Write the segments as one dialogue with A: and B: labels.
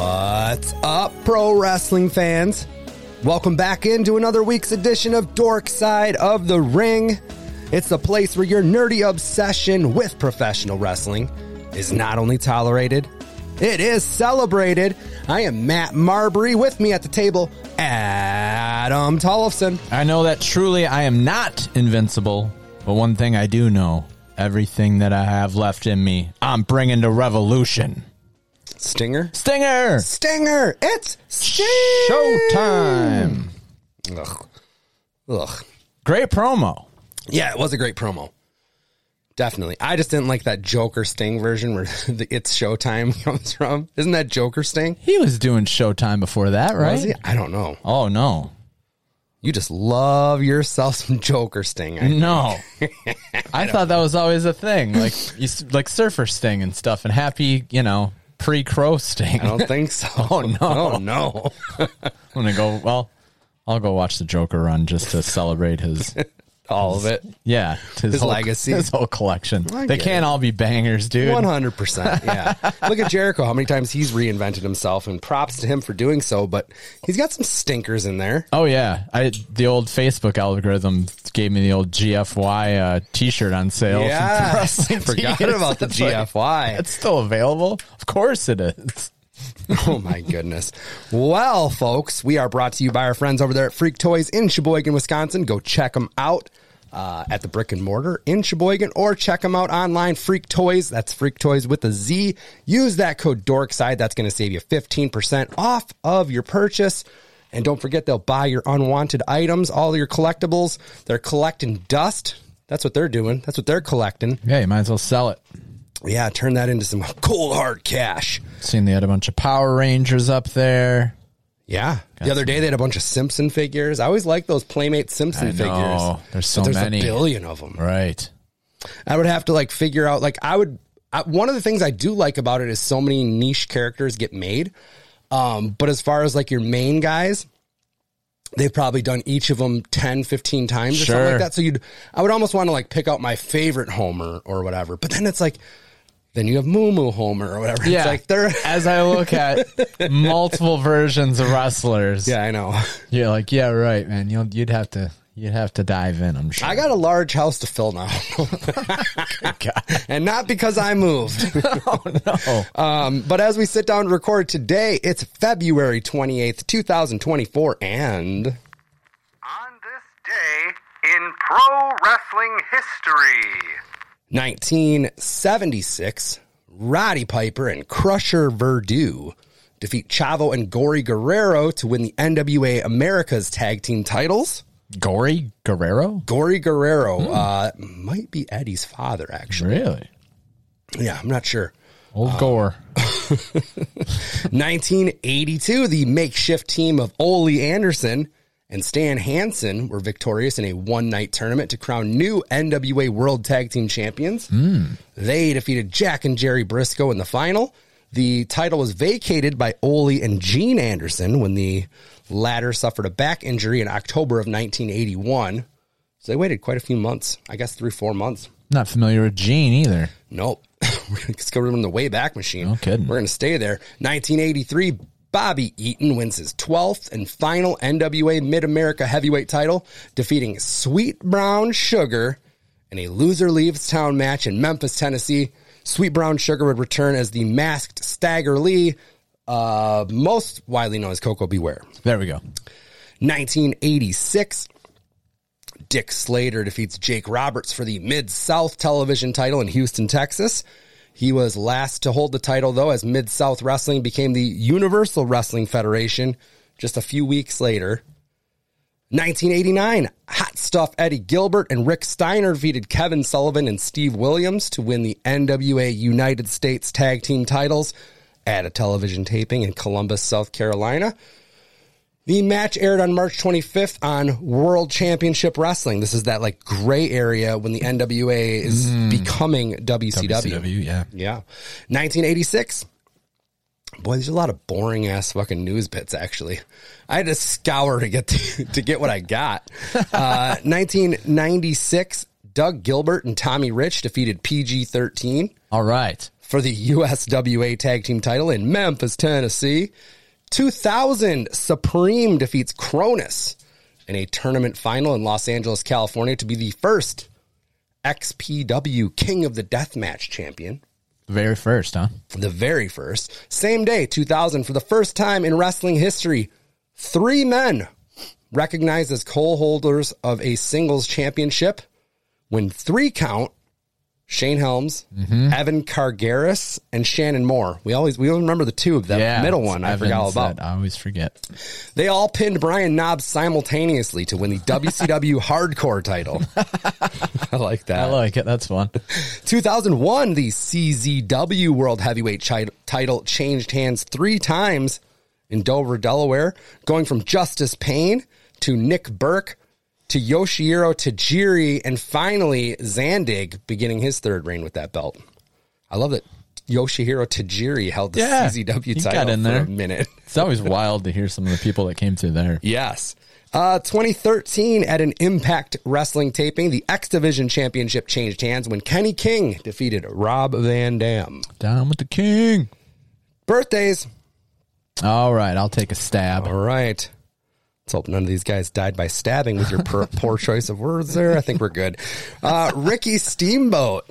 A: What's up, pro wrestling fans? Welcome back into another week's edition of Dork Side of the Ring. It's the place where your nerdy obsession with professional wrestling is not only tolerated, it is celebrated. I am Matt Marbury. With me at the table, Adam Tollefson.
B: I know that truly I am not invincible, but one thing I do know everything that I have left in me, I'm bringing to revolution.
A: Stinger?
B: Stinger!
A: Stinger! It's Sting!
B: Showtime!
A: Ugh. Ugh.
B: Great promo.
A: Yeah, it was a great promo. Definitely. I just didn't like that Joker Sting version where the It's Showtime comes from. Isn't that Joker Sting?
B: He was doing Showtime before that, right?
A: Was he? I don't know.
B: Oh, no.
A: You just love yourself some Joker Sting. I-
B: No. I thought that was always a thing. Like, you, s- like surfer sting and stuff, and happy, you know, pre crow sting.
A: I don't think so. oh,
B: no.
A: Oh, no.
B: I'm going to go, well, I'll go watch the Joker run just to celebrate his
A: All of it.
B: Yeah, his, whole,
A: legacy.
B: his whole collection.
A: I
B: they
A: get
B: can't all be bangers, dude.
A: 100%. Yeah. Look at Jericho, how many times he's reinvented himself, and props to him for doing so, but he's got some stinkers in there.
B: Oh yeah, I the old Facebook algorithm gave me the old GFY uh, T-shirt on sale.
A: Yeah.
B: wrestling
A: Oh, I forgot
B: tees.
A: about the
B: It's like,
A: GFY.
B: It's still available. Of course it is.
A: Oh my goodness. Well, folks, we are brought to you by our friends over there at Freak Toys in Sheboygan, Wisconsin. Go check them out uh, at the brick and mortar in Sheboygan or check them out online. Freak Toys, that's Freak Toys with a Z. Use that code DORKSIDE. That's going to save you 15% off of your purchase. And don't forget, they'll buy your unwanted items, all your collectibles. They're collecting dust. That's what they're doing. That's what they're collecting.
B: Yeah, you might as well sell it.
A: Yeah, turn that into some cold hard cash.
B: Seen they had a bunch of Power Rangers up there.
A: Yeah. the other day they had a bunch of Simpson figures. I always like those Playmate Simpson
B: I know.
A: figures.
B: There's so
A: there's
B: many.
A: a billion of them.
B: Right.
A: I would have to like figure out like I would I, one of the things I do like about it is so many niche characters get made. Um, but as far as like your main guys, they've probably done each of them 10, 15 times or something
B: Sure.
A: like that. So you'd I would almost want to like pick out my favorite Homer or whatever. But then it's like then you have Moo Moo Homer or whatever.
B: Yeah.
A: It's like they're
B: As I look at multiple versions of wrestlers,
A: Yeah, I know.
B: you're like, yeah, right, man. You'll, you'd have to you'd have to dive in. I'm sure.
A: I got a large house to fill now. and not because I moved.
B: oh.
A: Um, but as we sit down to record today, it's February 28th, 2024. And
C: On this day in pro wrestling history.
A: 1976, Roddy Piper and Crusher Verdú defeat Chavo and Gory Guerrero to win the NWA America's Tag Team titles.
B: Gory Guerrero?
A: Gory Guerrero uh, might be Eddie's father, actually.
B: Really?
A: Yeah, I'm not sure.
B: Old
A: Uh,
B: Gore.
A: 1982, the makeshift team of Ole Anderson and Stan Hansen were victorious in a one night tournament to crown new NWA World Tag Team Champions. They defeated Jack and Jerry Briscoe in the final. The title was vacated by Ole and Gene Anderson when the latter suffered a back injury in October of 1981. So they waited quite a few months, I guess three, four months.
B: Not familiar with Gene either.
A: Nope. We're going to go to the Wayback Machine.
B: No kidding.
A: We're going to stay there. 1983, Bobby Eaton wins his 12th and final NWA Mid America Heavyweight title, defeating Sweet Brown Sugar in a loser leaves town match in Memphis, Tennessee. Sweet Brown Sugar would return as the masked Stagger Lee, uh, most widely known as Coco Beware.
B: There we go.
A: 1986. Dick Slater defeats Jake Roberts for the Mid South television title in Houston, Texas. He was last to hold the title, though, as Mid South Wrestling became the Universal Wrestling Federation just a few weeks later. 1989, Hot Stuff Eddie Gilbert and Rick Steiner defeated Kevin Sullivan and Steve Williams to win the NWA United States Tag Team titles at a television taping in Columbus, South Carolina. The match aired on March 25th on World Championship Wrestling. This is that like gray area when the NWA is becoming WCW.
B: CW, yeah.
A: Yeah. 1986. Boy, there's a lot of boring ass fucking news bits. Actually, I had to scour to get to, to get what I got. Uh, 1996, Doug Gilbert and Tommy Rich defeated PG-13
B: All right.
A: for the USWA Tag Team title in Memphis, Tennessee. 2000, Supreme defeats Cronus in a tournament final in Los Angeles, California to be the first XPW King of the Deathmatch champion.
B: Very first, huh?
A: The very first. Same day, 2000, for the first time in wrestling history, three men recognized as co holders of a singles championship when three count Shane Helms, Evan Cargaris, and Shannon Moore. We always we always remember the two of them. middle
B: it's
A: one I forgot all
B: Evans
A: about.
B: that I always forget.
A: They all pinned Brian Knobbs simultaneously to win the WCW Hardcore title. I like that.
B: I like it. That's fun.
A: 2001, the CZW World Heavyweight chi- title changed hands three times in Dover, Delaware, going from Justice Payne to Nick Burke to Yoshihiro Tajiri and finally Zandig beginning his third reign with that belt. I love that Yoshihiro Tajiri held the
B: Yeah, he
A: CZW
B: got
A: title
B: in
A: for
B: there.
A: a minute.
B: It's always wild to hear some of the people that came through there.
A: Yes. Uh, 2013 at an Impact Wrestling taping, the X Division Championship changed hands when Kenny King defeated Rob Van Dam.
B: Down with the king.
A: Birthdays.
B: All right, I'll take a stab.
A: All right. Let's hope none of these guys died by stabbing with your poor, poor choice of words there. I think we're good. Uh, Ricky Steamboat,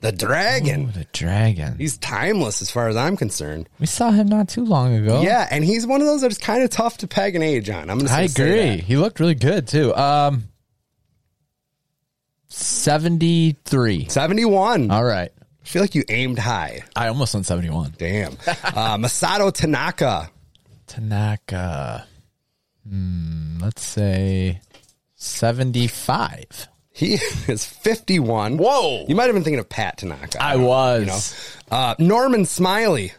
A: the Dragon.
B: Ooh, the dragon.
A: He's timeless as far as I'm concerned.
B: We saw him not too long ago.
A: Yeah, and he's one of those that's kind of tough to peg an age on. I'm going to
B: I
A: say
B: agree.
A: that.
B: He looked really good too. Um, seventy-three.
A: 71.
B: All right,
A: I feel like you aimed high.
B: I almost went seventy-one.
A: Damn. Uh, Masato Tanaka.
B: Tanaka. Hmm, let's say seventy-five.
A: He is 51.
B: Whoa.
A: You might have been thinking of Pat Tanaka.
B: I was.
A: Uh, Norman Smiley.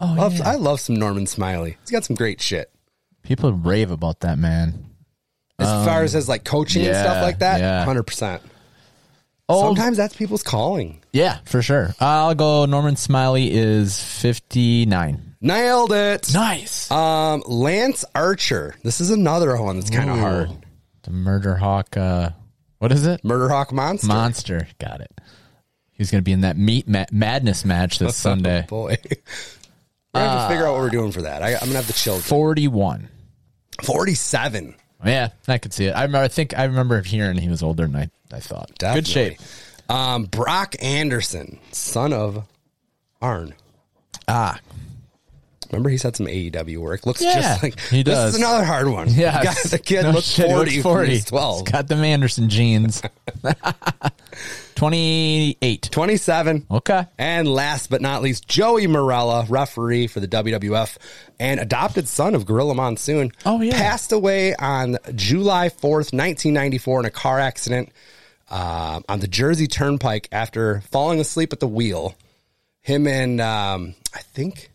B: Oh,
A: Love-
B: yeah.
A: I love some Norman Smiley. He's got some great shit.
B: people rave about that man.
A: As far as his like coaching and stuff
B: Um, yeah,
A: like that,
B: yeah. Oh.
A: 100%.
B: Old,
A: Sometimes that's people's calling.
B: yeah, for sure. I'll go. Norman Smiley is fifty-nine.
A: Nailed it.
B: Nice.
A: Um, Lance Archer. This is another one that's kind of
B: Ooh.
A: hard.
B: The Murder Hawk. Uh, what is it?
A: Murder Hawk Monster.
B: Monster. Got it. He's going to be in that meat ma- madness match this Sunday.
A: Oh, Boy. We're going to figure out what we're doing for that. I, I'm going to have the children.
B: 41.
A: 47.
B: Yeah, I could see it. I remember. I think I remember hearing he was older than I, I thought. Good
A: Definitely.
B: shape.
A: Um, Brock Anderson, son of Arn.
B: Ah,
A: Remember, he's had some AEW work. Looks
B: Yeah,
A: just like
B: he
A: This
B: does.
A: is another hard one.
B: yeah.
A: The guy- the kid
B: No
A: looks
B: shit,
A: forty.
B: he
A: when he's
B: He's
A: Twelve.
B: got them Anderson jeans. Twenty-eight.
A: Twenty-seven.
B: Okay.
A: And last but not least, Joey Morella, referee for the WWF and adopted son of Gorilla Monsoon.
B: Oh, yeah.
A: Passed away on July 4th, 1994, in a car accident um, on the Jersey Turnpike after falling asleep at the wheel. Him and um, I think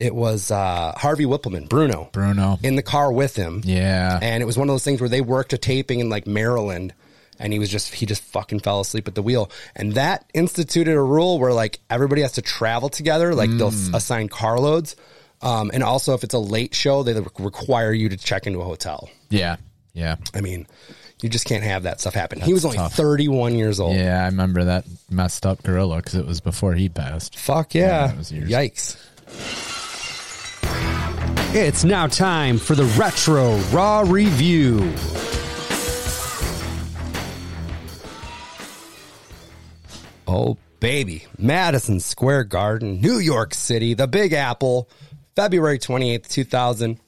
A: it was uh, Harvey Whippleman, Bruno,
B: Bruno.
A: in the car with him.
B: Yeah.
A: And it was one of those things where they worked a taping in like Maryland and he was just he just fucking fell asleep at the wheel. And that instituted a rule where like everybody has to travel together, like they'll
B: Mm.
A: s- assign carloads. Um, and also if it's a late show, they re- require you to check into a hotel.
B: yeah. Yeah.
A: I mean, you just can't have that stuff happen. he was only
B: tough.
A: 31 years old.
B: Yeah. I remember that messed up gorilla because it was before he passed.
A: Fuck yeah.
B: that was years.
A: Yikes.
D: It's now time for the Retro Raw Review.
A: Oh, baby. Madison Square Garden, New York City, the Big Apple, February 28th, 2000.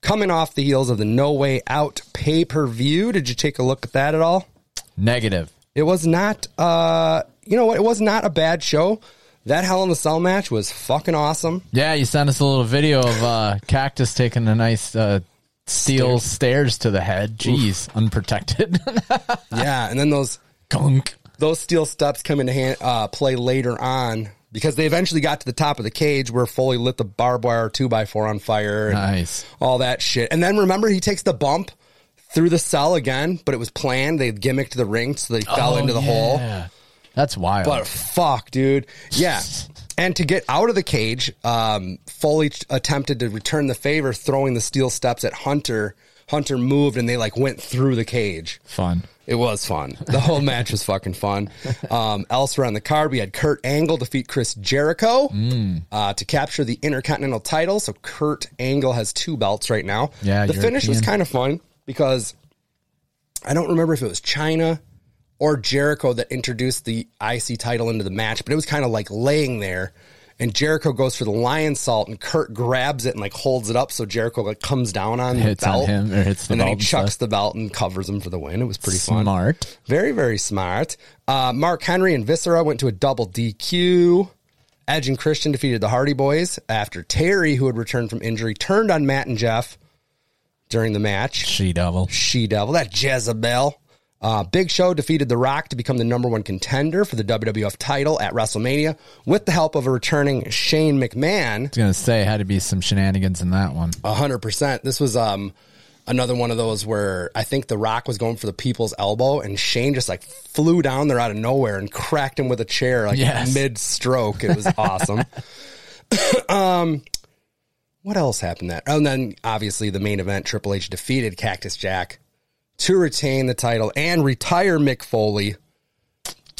A: Coming off the heels of the No Way Out pay per view. Did you take a look at that at all?
B: Negative.
A: It was not, uh, you know what? It was not a bad show. That Hell in the Cell match was fucking awesome.
B: Yeah, you sent us a little video of uh, cactus taking a nice uh, steel stairs. to the head. Jeez, unprotected.
A: Yeah. Ah, And then those,
B: Gunk.
A: those steel steps come into hand, uh, play later on because they eventually got to the top of the cage where Foley lit the barbed wire two by four on fire. and-
B: Nice.
A: all that shit. And then remember, he takes the bump through the cell again, but it was planned. They gimmicked the ring so they fell
B: Oh,
A: into the hole.
B: yeah. That's wild.
A: But fuck, dude. Yeah. And to get out of the cage, um, Foley t- attempted to return the favor, throwing the steel steps at Hunter, Hunter moved and they like went through the cage.
B: Fun.
A: It was fun. The whole match was fucking fun. Um, elsewhere on the card, we had Kurt Angle defeat Chris Jericho
B: Mm.
A: uh, to capture the Intercontinental title. So Kurt Angle has two belts right now.
B: Yeah,
A: the finish was
B: European.
A: kind of fun because I don't remember if it was China or Jericho that introduced the IC title into the match, but it was kind of like laying there. And Jericho goes for the lion salt, and Kurt grabs it and like holds it up, so Jericho like comes down on
B: Hits
A: the
B: on
A: belt,
B: him, or hits the
A: and then
B: belt
A: he
B: and
A: chucks
B: stuff.
A: the belt and covers him for the win. It was pretty fun.
B: Smart.
A: Very, very smart. Uh, Mark Henry and Viscera went to a double DQ. Edge and Christian defeated the Hardy Boys after Terry, who had returned from injury, turned on Matt and Jeff during the match.
B: She double.
A: She devil, that Jezebel. Uh, Big Show defeated The Rock to become the number one contender for the WWF title at WrestleMania with the help of a returning Shane McMahon.
B: I was gonna say had to be some shenanigans in that one.
A: A hundred percent. This was um another one of those where I think The Rock was going for the people's elbow, and Shane just like flew down there out of nowhere and cracked him with a chair like
B: Yes.
A: mid stroke. It was awesome. um, what else happened that? Oh, and then obviously the main event: Triple H defeated Cactus Jack to retain the title and retire Mick Foley.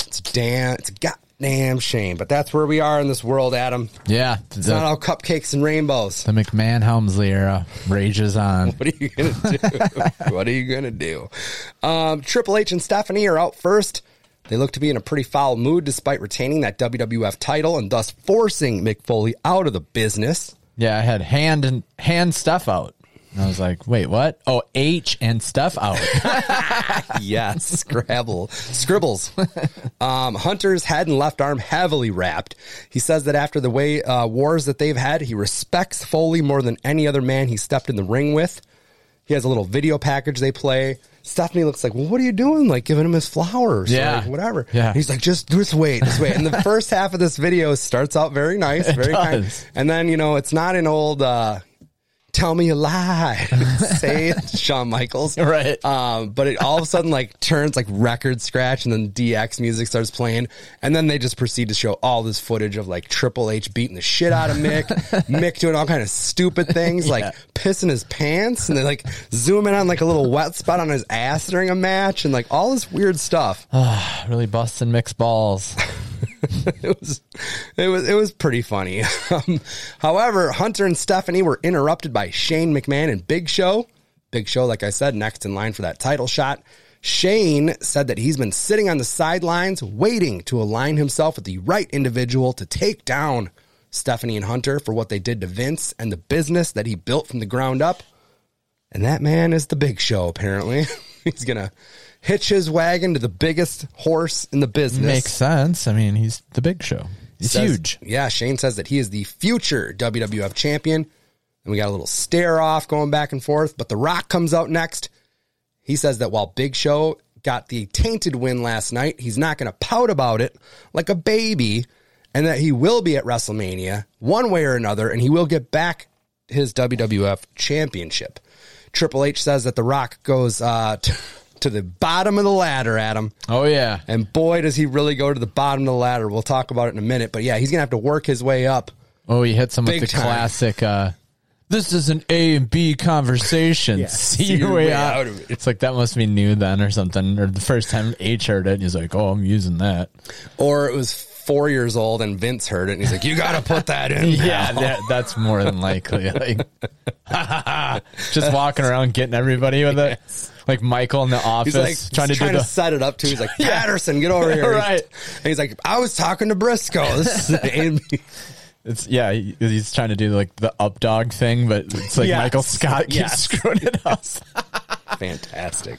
A: It's damn. It's a goddamn shame, but that's where we are in this world, Adam.
B: Yeah,
A: It's not
B: the,
A: all cupcakes and rainbows.
B: the McMahon Helmsley era rages on.
A: What are you gonna do? what are you gonna do? Um, Triple H and Stephanie are out first. They look to be in a pretty foul mood despite retaining that WWF title and thus forcing Mick Foley out of the business.
B: Yeah, I had hand and hand stuff out. And I was like, wait, what? Oh, H and stuff out.
A: Yes, Scrabble scribbles. Um, Hunter's head and left arm heavily wrapped. He says that after the way uh, wars that they've had, he respects Foley more than any other man he stepped in the ring with. He has a little video package they play. Stephanie looks like, well, what are you doing? Like giving him his flowers,
B: Yeah.
A: like, whatever.
B: Yeah.
A: he's like, just just wait, just wait. And the first half of this video starts out very nice, very kind,
B: does.
A: and then you know it's not an old. Uh, Tell me a lie. Say it, Shawn Michaels.
B: Right.
A: Um, but it all of a sudden like turns like record scratch and then DX music starts playing. And then they just proceed to show all this footage of like Triple H beating the shit out of Mick, Mick doing all kind of stupid things like pissing his pants and they like zoom in on like a little wet spot on his ass during a match and like all this weird stuff.
B: really busting mixed balls.
A: it was it was it was pretty funny. Um, however, Hunter and Stephanie were interrupted by Shane McMahon and Big Show. Big Show, like I said, next in line for that title shot. Shane said that he's been sitting on the sidelines waiting to align himself with the right individual to take down Stephanie and Hunter for what they did to Vince and the business that he built from the ground up. And that man is the big show, apparently. he's going to hitch his wagon to the biggest horse in the business
B: Makes sense. I mean, he's the big show. He's
A: says-
B: huge.
A: Yeah, Shane says that he is the future WWF champion. And we got a little stare off going back and forth, but The Rock comes out next. He says that while Big Show got the tainted win last night, he's not going to pout about it like a baby and that he will be at WrestleMania one way or another and he will get back his WWF championship. Triple H says that The Rock goes uh, t- to the bottom of the ladder, Adam.
B: Oh yeah.
A: And boy, does he really go to the bottom of the ladder. We'll talk about it in a minute. But yeah, he's going to have to work his way up.
B: Oh, he hits him with
A: Big
B: the
A: time.
B: classic. Uh, this is an A and B conversation. see, your way, out.
A: of it.
B: It's like that must be new then, or something. Or the first time H heard it, and he's like, "Oh, I'm using that."
A: Or it was four years old and Vince heard it and he's like, you got to put that in.
B: Yeah, that, that's more than likely. Like, just walking around getting everybody with it, like Michael in the office
A: He's like
B: trying to
A: trying
B: do
A: to
B: the.
A: set it up too. He's like, Patterson, get over here.
B: Right.
A: And he's like, I was talking to Briscoe. This is and
B: It's yeah, he- he's trying to do like the up dog thing, but it's like
A: Yes.
B: Michael Scott keeps
A: Yes.
B: screwing it up.
A: fantastic.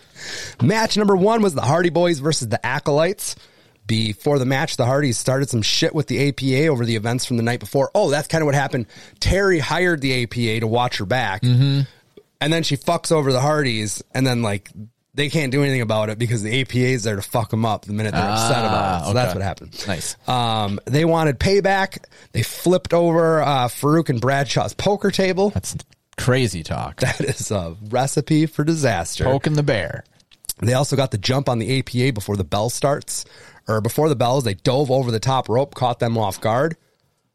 A: Match number one was the Hardy Boys versus the Acolytes. Before the match, the Hardys started some shit with the APA over the events from the night before. Oh, that's kind of what happened. Terry hired the APA to watch her back,
B: Mm-hmm.
A: and then she fucks over the Hardys, and then like they can't do anything about it because the APA is there to fuck them up the minute they're upset about it. So
B: Ah, okay.
A: that's what happened.
B: Nice.
A: Um, they wanted payback. They flipped over uh, Farouk and Bradshaw's poker table.
B: That's crazy talk.
A: That is a recipe for disaster.
B: Poking the bear.
A: They also got the jump on the APA before the bell starts, or before the bells. They dove over the top rope, caught them off guard.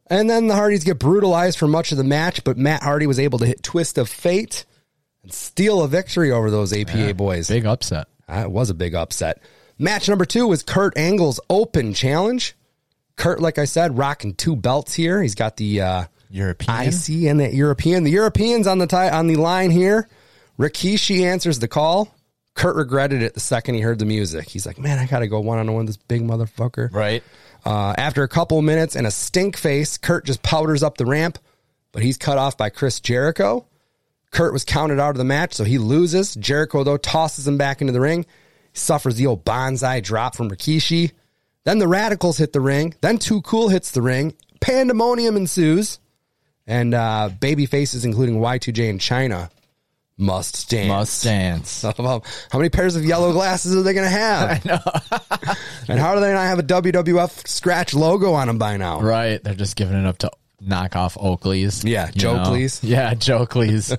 A: And then the Hardys get brutalized for much of the match, but Matt Hardy was able to hit Twist of Fate and steal a victory over those APA boys.
B: Big upset.
A: That was a big upset. Match number two was Kurt Angle's Open Challenge. Kurt, like I said, rocking two belts here. He's got the uh,
B: European.
A: IC and that European. The Europeans on the tie on the line here. Rikishi answers the call. Kurt regretted it the second he heard the music. He's like, "Man, I gotta go one on one with this big motherfucker."
B: Right.
A: Uh, after a couple minutes and a stink face, Kurt just powders up the ramp, but he's cut off by Chris Jericho. Kurt was counted out of the match, so he loses. Jericho, though, tosses him back into the ring. He suffers the old bonsai drop from Rikishi. Then the Radicals hit the ring. Then Too Cool hits the ring. Pandemonium ensues. And uh, baby faces, including Y2J and China, must stand.
B: Must dance.
A: Son of a- How many pairs of yellow glasses are they going to have? and how do they not have a WWF scratch logo on them by now?
B: Right. They're just giving it up to knockoff Oakley's.
A: Yeah,
B: you
A: Jokley's.
B: Yeah, Jokley's.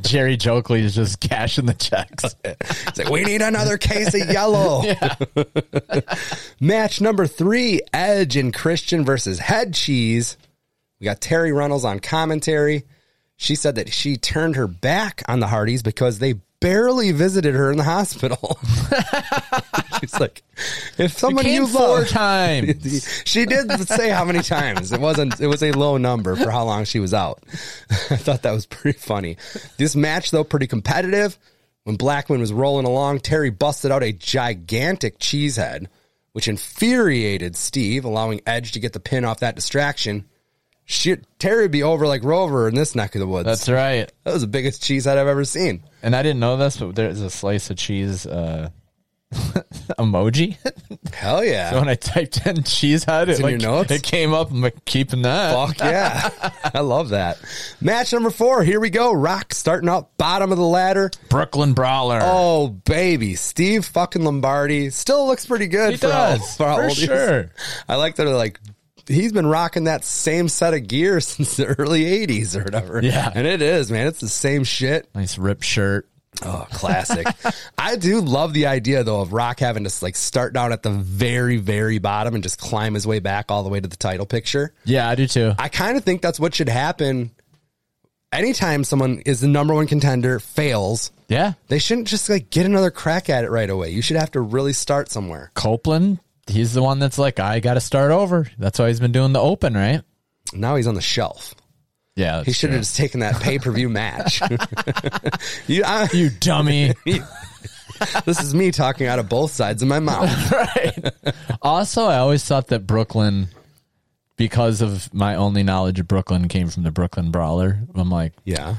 B: Jerry Jokley is just cashing the checks.
A: It's like, we need another case of yellow. Match number three Edge and Christian versus Head Cheese. We got Terry Runnels on commentary. She said that she turned her back on the Hardys because they barely visited her in the hospital. She's like, if somebody
B: Came
A: you
B: four
A: love,
B: times.
A: she did say how many times. It wasn't. It was a low number for how long she was out. I thought that was pretty funny. This match though pretty competitive. When Blackman was rolling along, Terry busted out a gigantic cheese head, which infuriated Steve, allowing Edge to get the pin off that distraction. Shit, Terry would be over like Rover in this neck of the woods.
B: That's right.
A: that was the biggest cheese head I've ever seen.
B: And I didn't know this, but there's a slice of cheese uh, emoji.
A: Hell yeah.
B: when I typed in cheese head, it,
A: in your
B: like,
A: notes?
B: it came up. I'm like, keeping that.
A: Fuck yeah. I love that. Match number four. Here we go. Rock starting up, bottom of the ladder.
B: Brooklyn Brawler.
A: Oh baby, Steve fucking Lombardi still looks pretty good.
B: He
A: for how-
B: does,
A: for, how
B: for
A: old he is.
B: sure.
A: I like that. they're Like he's been rocking that same set of gear since the early '80s or whatever.
B: Yeah.
A: and it is, man. It's the same shit.
B: Nice ripped shirt.
A: Oh, classic. I do love the idea though of Rock having to like start down at the very, very bottom and just climb his way back all the way to the title picture.
B: Yeah, I do too.
A: I kind of think that's what should happen. Anytime someone is the number one contender, fails,
B: yeah.
A: they shouldn't just like get another crack at it right away. You should have to really start somewhere.
B: Copeland, he's the one that's like, I got to start over. That's why he's been doing the open, right?
A: Now he's on the shelf.
B: Yeah.
A: He should have just taken that pay per view match. you, I,
B: You dummy.
A: this is me talking out of both sides of my mouth.
B: also, I always thought that Brooklyn, because of my only knowledge of Brooklyn, came from the Brooklyn Brawler. I'm like,
A: Yeah,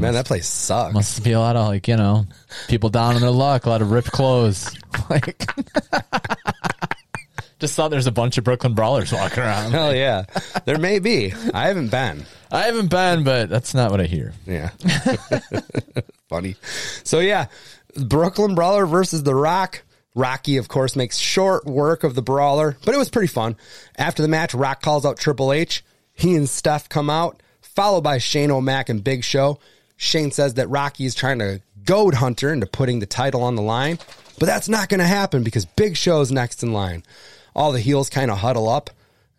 A: man,
B: must,
A: that place sucks.
B: must be a lot of like, you know, people down on their luck, a lot of ripped clothes. Like, just thought there's a bunch of Brooklyn Brawlers walking around.
A: Hell yeah, there may be. I haven't been.
B: I haven't been, but that's not what I hear.
A: Yeah, funny. So yeah, Brooklyn Brawler versus The Rock. Rocky, of course, makes short work of the brawler, but it was pretty fun. After the match, Rock calls out Triple H. He and Steph come out, followed by Shane O'Mac and Big Show. Shane says that Rocky is trying to goad Hunter into putting the title on the line, but that's not going to happen because Big Show's next in line. All the heels kind of huddle up,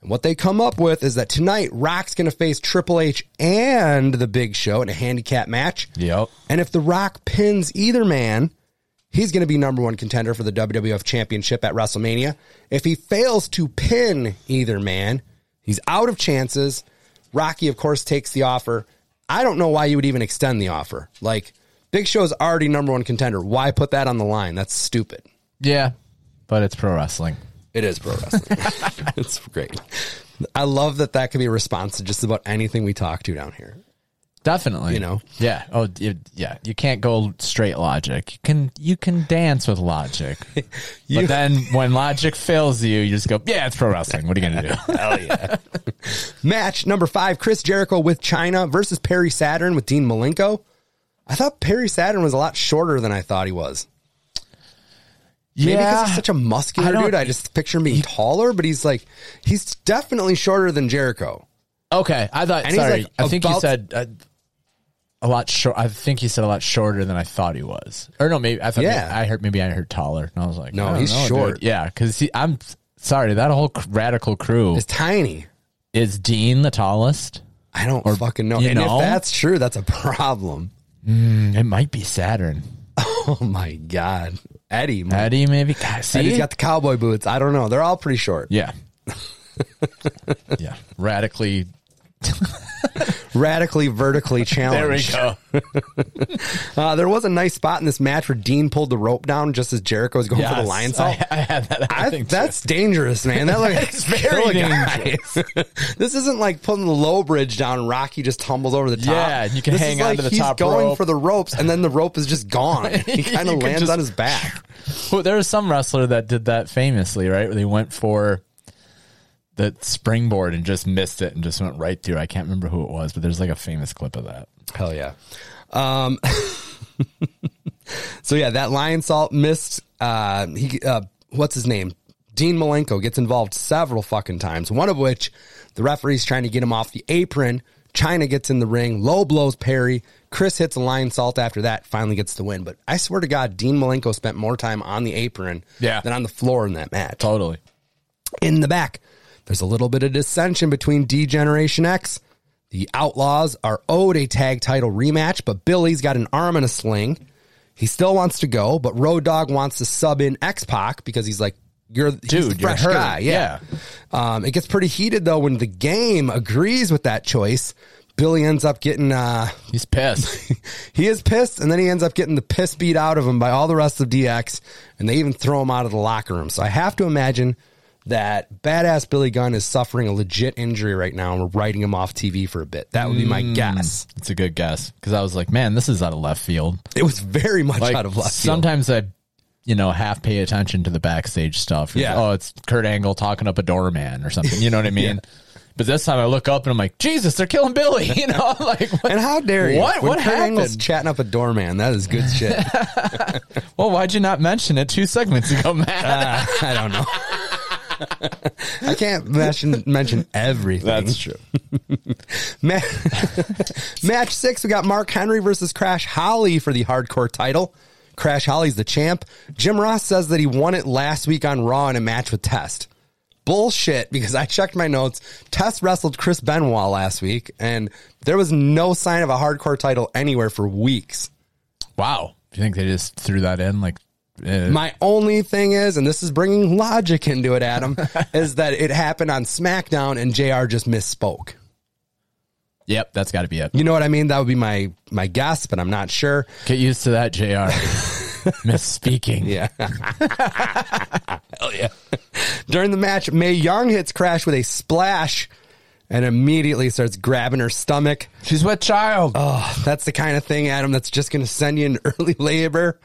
A: and what they come up with is that tonight Rock's going to face Triple H and the Big Show in a handicap match.
B: Yep.
A: And if The Rock pins either man, he's going to be number one contender for the WWF Championship at WrestleMania. If he fails to pin either man, he's out of chances. Rocky, of course, takes the offer. I don't know why you would even extend the offer. Like, Big Show's already number one contender. Why put that on the line? That's stupid.
B: Yeah. But it's pro wrestling.
A: It is pro wrestling. it's great. I love that that can be a response to just about anything we talk to down here.
B: Definitely.
A: You know?
B: Yeah. Oh, you, yeah. You can't go straight logic. You can you can dance with logic.
A: You-
B: but then when logic fails you, you just go, yeah, it's pro wrestling. What are you going to do?
A: Match number five Chris Jericho with China versus Perry Saturn with Dean Malenko. I thought Perry Saturn was a lot shorter than I thought he was. Maybe because he's such a muscular
B: I don't-
A: dude, I just picture him being taller, but he's like, he's definitely shorter than Jericho.
B: okay. I thought,
A: And he's
B: sorry.
A: like
B: I think you
A: about-
B: said uh, a lot short. I think you said a lot shorter than I thought he was. Or no, maybe I thought
A: Yeah.
B: maybe I heard, maybe I heard taller. And I was like,
A: No,
B: I don't
A: he's
B: know, dude.
A: short.
B: Yeah. Cause he, I'm sorry. That whole radical crew
A: He's tiny.
B: is Dean the tallest?
A: I don't fucking know.
B: you
A: And
B: know?
A: if that's true, that's a problem. Mm,
B: It might be Saturn.
A: Oh my God. Eddie, man.
B: Eddie, maybe. God,
A: Eddie's
B: see?
A: got the cowboy boots. I don't know. They're all pretty short.
B: yeah. yeah. Radically.
A: Radically vertically challenged.
B: go.
A: Uh, there was a nice spot in this match where Dean pulled the rope down just as Jericho was going for the
B: Yes,
A: lion's
B: I,
A: salt.
B: I had that. I,
A: I-
B: think
A: that's dangerous, man. That like
B: That's very
A: this isn't like putting the low bridge down. and Rocky just tumbles over the top.
B: Yeah, you can
A: This
B: hang
A: is
B: on
A: like
B: to the
A: he's
B: top
A: going
B: rope.
A: for the ropes, and then the rope is just gone. He kind
B: You
A: of
B: can
A: lands
B: just-
A: on his back.
B: so. Well, there was some wrestler that did that famously, right? Where they went for the springboard and just missed it and just went right through. I can't remember who it was, but there's like a famous clip of that.
A: Hell yeah. Um, so yeah, that lion salt missed. Uh, he uh, what's his name? Dean Malenko gets involved several fucking times. One of which the referee's trying to get him off the apron. China gets in the ring, low blows Perry. Chris hits a lion salt after that, finally gets the win. But I swear to God, Dean Malenko spent more time on the apron
B: Yeah.
A: than on the floor in that match
B: Totally.
A: in the back. There's a little bit of dissension between D Generation X. The Outlaws are owed a tag title rematch, but Billy's got an arm in a sling. He still wants to go, but Road Dog wants to sub in X Pac because he's like, "You're he's
B: Dude,
A: the
B: you're
A: fresh
B: hurt.
A: guy." Yeah. Um, it gets pretty heated though when the game agrees with that choice. Billy ends up getting uh,
B: He's pissed.
A: he is pissed, and then he ends up getting the piss beat out of him by all the rest of DX, and they even throw him out of the locker room. So I have to imagine that badass Billy Gunn is suffering a legit injury right now, and we're writing him off TV for a bit. That would be
B: Hmm.
A: my guess.
B: It's a good guess because I was like, man, this is out of left field.
A: It was very much
B: Like
A: out of left field.
B: sometimes I, you know, half pay attention to the backstage stuff.
A: Yeah.
B: Oh, it's Kurt Angle talking up a doorman or something. You know what I mean? But this time I look up and I'm like, Jesus, they're killing Billy. You know, I'm like, what?
A: And how dare you?
B: What?
A: When
B: What
A: Kurt Angle's
B: happened?
A: chatting up a doorman. That is good shit.
B: well, why'd you not mention it two segments ago, Matt?
A: I don't know. I can't mention mention everything.
B: true.
A: Ma- Match six, we got Mark Henry versus Crash Holly for the hardcore title. Crash Holly's the champ. Jim Ross says that he won it last week on Raw in a match with Test. Bullshit, because I checked my notes. Test wrestled Chris Benoit last week, and there was no sign of a hardcore title anywhere for weeks.
B: Wow. Do you think they just threw that in? Like, eh,
A: My only thing is, and this is bringing logic into it, Adam, is that it happened on SmackDown and JR just misspoke.
B: yep, that's got to be it.
A: You know what I mean? That would be my my guess, but I'm not sure.
B: Get used to that, Jr. Misspeaking.
A: Yeah. Hell yeah. During the match, May Young hits Crash with a splash and immediately starts grabbing her stomach.
B: She's with child.
A: Oh, that's the kind of thing, Adam, that's just going to send you into early labor.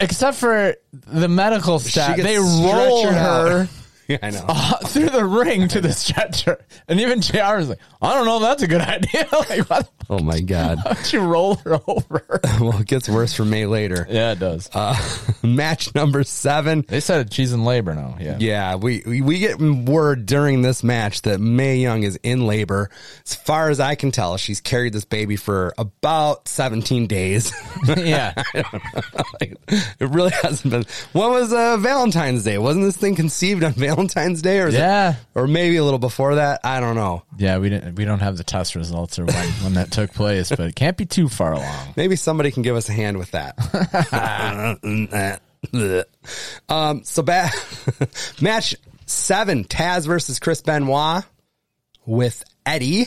B: Except for the medical staff,
A: gets
B: they roll
A: stretchered out.
B: her
A: Yeah, I know.
B: Uh, through the ring to the stretcher, and even Jr. was like, "I don't know, if that's a good idea." like, why
A: Oh my God.
B: the fuck you roll her over? Uh,
A: well, it gets worse for May later.
B: yeah, it does.
A: Match number seven.
B: they said she's in labor now. Yeah,
A: Yeah, we, we we get word during this match that May Young is in labor. As far as I can tell, she's carried this baby for about 17 days.
B: yeah.
A: Like, it really hasn't been. When was uh, Valentine's Day? Wasn't this thing conceived on Valentine's Day, or is it-
B: Yeah.
A: or maybe a little before that? I don't know.
B: Yeah, We didn't. We don't have the test results or when, when that took place, but it can't be too far along.
A: Maybe somebody can give us a hand with that. um, so ba- match seven: Taz versus Chris Benoit with Eddie.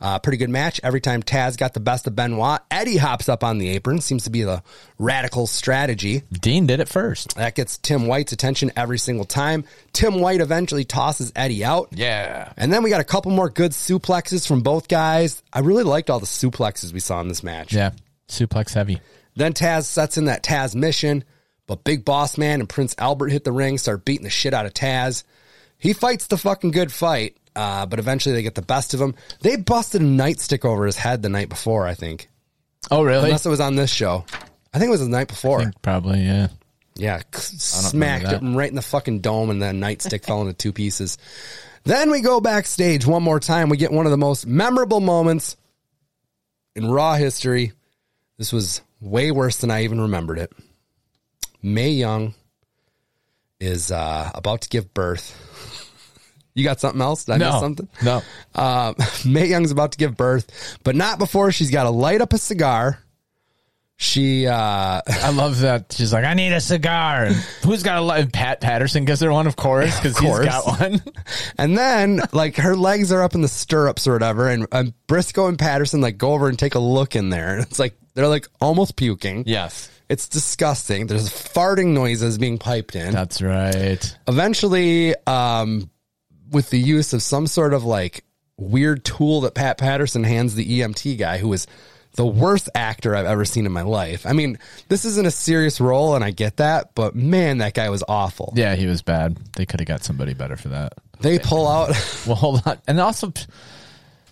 A: Uh, pretty good match. Every time Taz got the best of Benoit, Eddie hops up on the apron. Seems to be the radical strategy.
B: Dean did it first.
A: That gets Tim White's attention every single time. Tim White eventually tosses Eddie out.
B: Yeah.
A: And then we got a couple more good suplexes from both guys. I really liked all the suplexes we saw in this match.
B: Yeah. Suplex heavy.
A: Then Taz sets in that Taz mission, but Big Boss Man and Prince Albert hit the ring, start beating the shit out of Taz. He fights the fucking good fight, uh, but eventually they get the best of him. They busted a nightstick over his head the night before, I think.
B: Oh, really?
A: Unless it was on this show. I think it was the night before.
B: Probably. Yeah.
A: Yeah, k- smacked
B: remember
A: it
B: that.
A: right in the fucking dome, and the nightstick fell into two pieces. Then we go backstage one more time. We get one of the most memorable moments in Raw history. This was way worse than I even remembered it. May Young is uh, about to give birth. You got something else? Did I miss
B: No.
A: something?
B: No.
A: Uh, May Young's about to give birth, but not before she's got to light up a cigar, She uh
B: I love that. She's like, I need a cigar. And who's got a li- and Pat Patterson gives her one, of course, because he's
A: course.
B: got one.
A: And then, like, her legs are up in the stirrups or whatever, and um, Briscoe and Patterson like go over and take a look in there, and it's like they're like almost puking.
B: yes.
A: It's disgusting. There's farting noises being piped in.
B: That's right.
A: Eventually, um, with the use of some sort of like weird tool that Pat Patterson hands the EMT guy, who is the worst actor I've ever seen in my life. I mean, this isn't a serious role, and I get that, but man, that guy was awful.
B: Yeah, he was bad. They could have got somebody better for that.
A: They pull out.
B: Well, hold on. And also, p-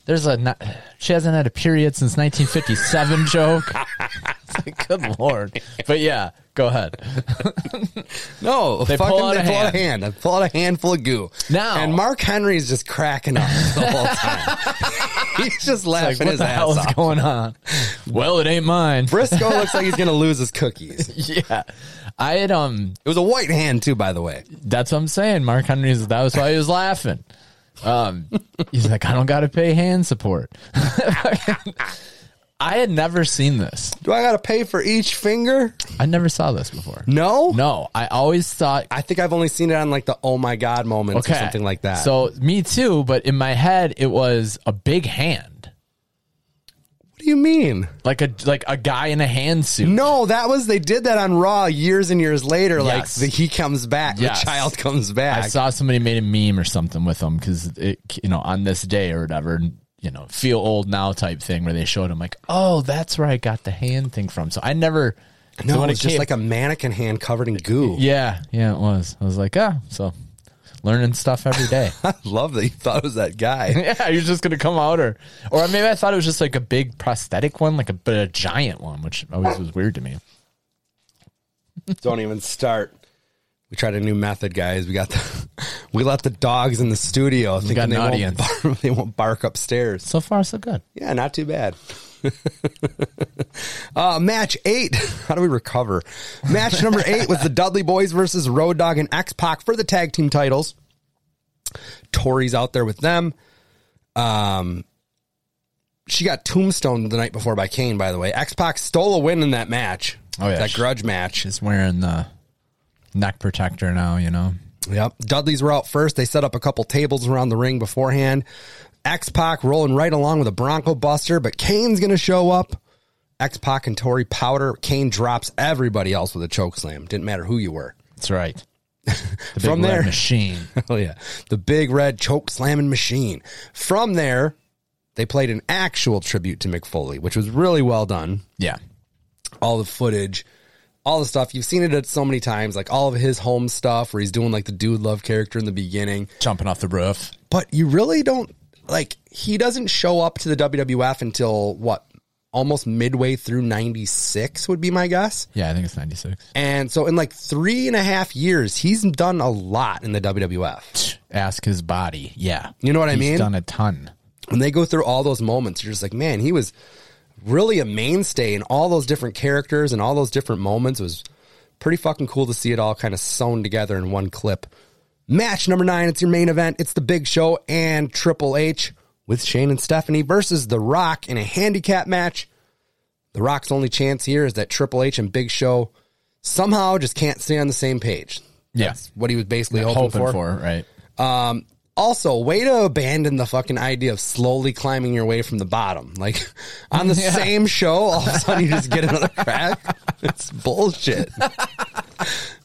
B: there's a not, she hasn't had a period since 1957 joke. It's like, Good lord. But yeah, go ahead.
A: No,
B: They
A: fucking
B: pull out
A: they
B: a
A: pull out a
B: hand.
A: hand. They pull out a handful of goo.
B: Now-
A: and Mark Henry's just cracking up the whole time. he's just
B: Like,
A: laughing
B: what
A: his
B: the
A: ass
B: hell is
A: off.
B: going on? Well, it ain't mine.
A: Briscoe looks like he's gonna lose his cookies. It
B: Yeah. I had, um,
A: was a white hand too, by the way.
B: that's what I'm saying. Mark Henry's, that was why he was laughing. Um, he's like, I don't got to pay hand support. I had never seen this.
A: Do I gotta pay for each finger?
B: I never saw this before.
A: No,
B: No, I always thought
A: I think I've only seen it on like the oh my god moments or something like that.
B: So me too, but in my head it was a big hand,
A: what do you mean?
B: like a like a guy in a hand suit.
A: No, that was they did that on Raw years and years later. Like
B: Yes.
A: the, he comes back,
B: Yes.
A: the child comes back.
B: I saw somebody made a meme or something with them because it you know on this day or whatever. and, You know, feel old now type thing where they showed him like, oh, that's where I got the hand thing from. So I never.
A: no,
B: so when
A: it was just like a mannequin hand covered in goo.
B: Yeah, yeah, it was. I was like, ah, so learning stuff every day.
A: I love that you thought it was that guy.
B: yeah, you're just gonna come out, or or maybe I thought it was just like a big prosthetic one, like a but a giant one, which always was weird to me.
A: Don't even start. We tried a new method, guys. We got the, we let the dogs in the studio thinking
B: got an
A: they,
B: audience.
A: Won't bark, they won't bark upstairs.
B: So far, so good.
A: Yeah, not too bad. uh, match eight. How do we recover? Match number eight was the Dudley Boys versus Road Dog and X Pac for the tag team titles. Tori's out there with them. Um, she got tombstoned the night before by Kane. By the way, X Pac stole a win in that match.
B: Oh, yeah.
A: that grudge match.
B: She's wearing the neck protector now, you know.
A: Yep. Dudleys were out first. They set up a couple tables around the ring beforehand. X Pac rolling right along with a Bronco Buster, but Kane's going to show up. X Pac and Tori powder. Kane drops everybody else with a choke slam. Didn't matter who you were.
B: That's right. The big
A: From
B: red
A: there-
B: machine.
A: Oh, yeah. The big red choke slamming machine. From there, they played an actual tribute to McFoley, which was really well done.
B: Yeah.
A: all the footage, all the stuff. You've seen it so many times, like all of his home stuff where he's doing like the dude love character in the beginning.
B: Jumping off the roof.
A: But you really don't like he doesn't show up to the WWF until what? Almost midway through 96 would be my guess.
B: Yeah, I think it's 96.
A: And so in like three and a half years, he's done a lot in the WWF.
B: Ask his body. Yeah.
A: You know what I
B: He's
A: mean?
B: done a ton.
A: When they go through all those moments, you're just like, man, he was really a mainstay in all those different characters and all those different moments. It was pretty fucking cool to see it all kind of sewn together in one clip. Match number nine, it's your main event. It's the big show and Triple H with Shane and Stephanie versus The Rock in a handicap match. The Rock's only chance here is that Triple H and Big Show somehow just can't stay on the same page.
B: Yeah.
A: That's what he was basically hoping,
B: Hoping
A: for.
B: for, right?
A: Also, way to abandon the fucking idea of slowly climbing your way from the bottom. Like on the same show, all of a sudden you just get another crack. It's bullshit.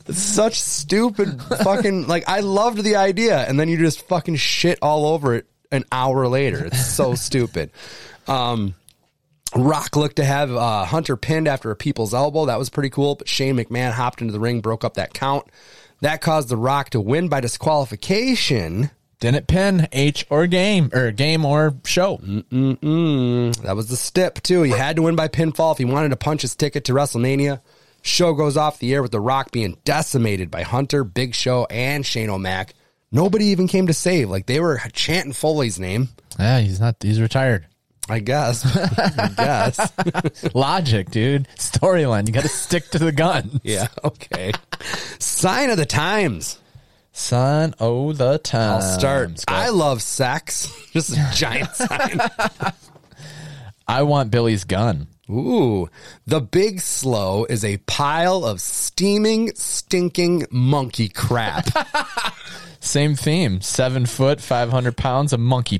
A: It's such stupid fucking like I loved the idea and then you just fucking shit all over it an hour later. It's so stupid. Um Rock looked to have uh, Hunter pinned after a people's elbow. That was pretty cool. But Shane McMahon hopped into the ring, broke up that count. That caused The Rock to win by disqualification.
B: Didn't pin H or game or game or show.
A: Mm. That was the stip too. He had to win by pinfall if he wanted to punch his ticket to WrestleMania. Show goes off the air with The Rock being decimated by Hunter, Big Show, and Shane O'Mac. Nobody even came to save. Like they were chanting Foley's name.
B: Yeah, he's not. He's retired.
A: I guess. I guess.
B: Logic, dude. Storyline. You got to stick to the gun.
A: Yeah. Okay. Sign of the times.
B: Son, oh the time.
A: I'll start. I love sex. Just a giant sign.
B: I want Billy's gun.
A: Ooh, the big slow is a pile of steaming, stinking monkey crap.
B: Same theme. Seven foot, 500 pounds of monkey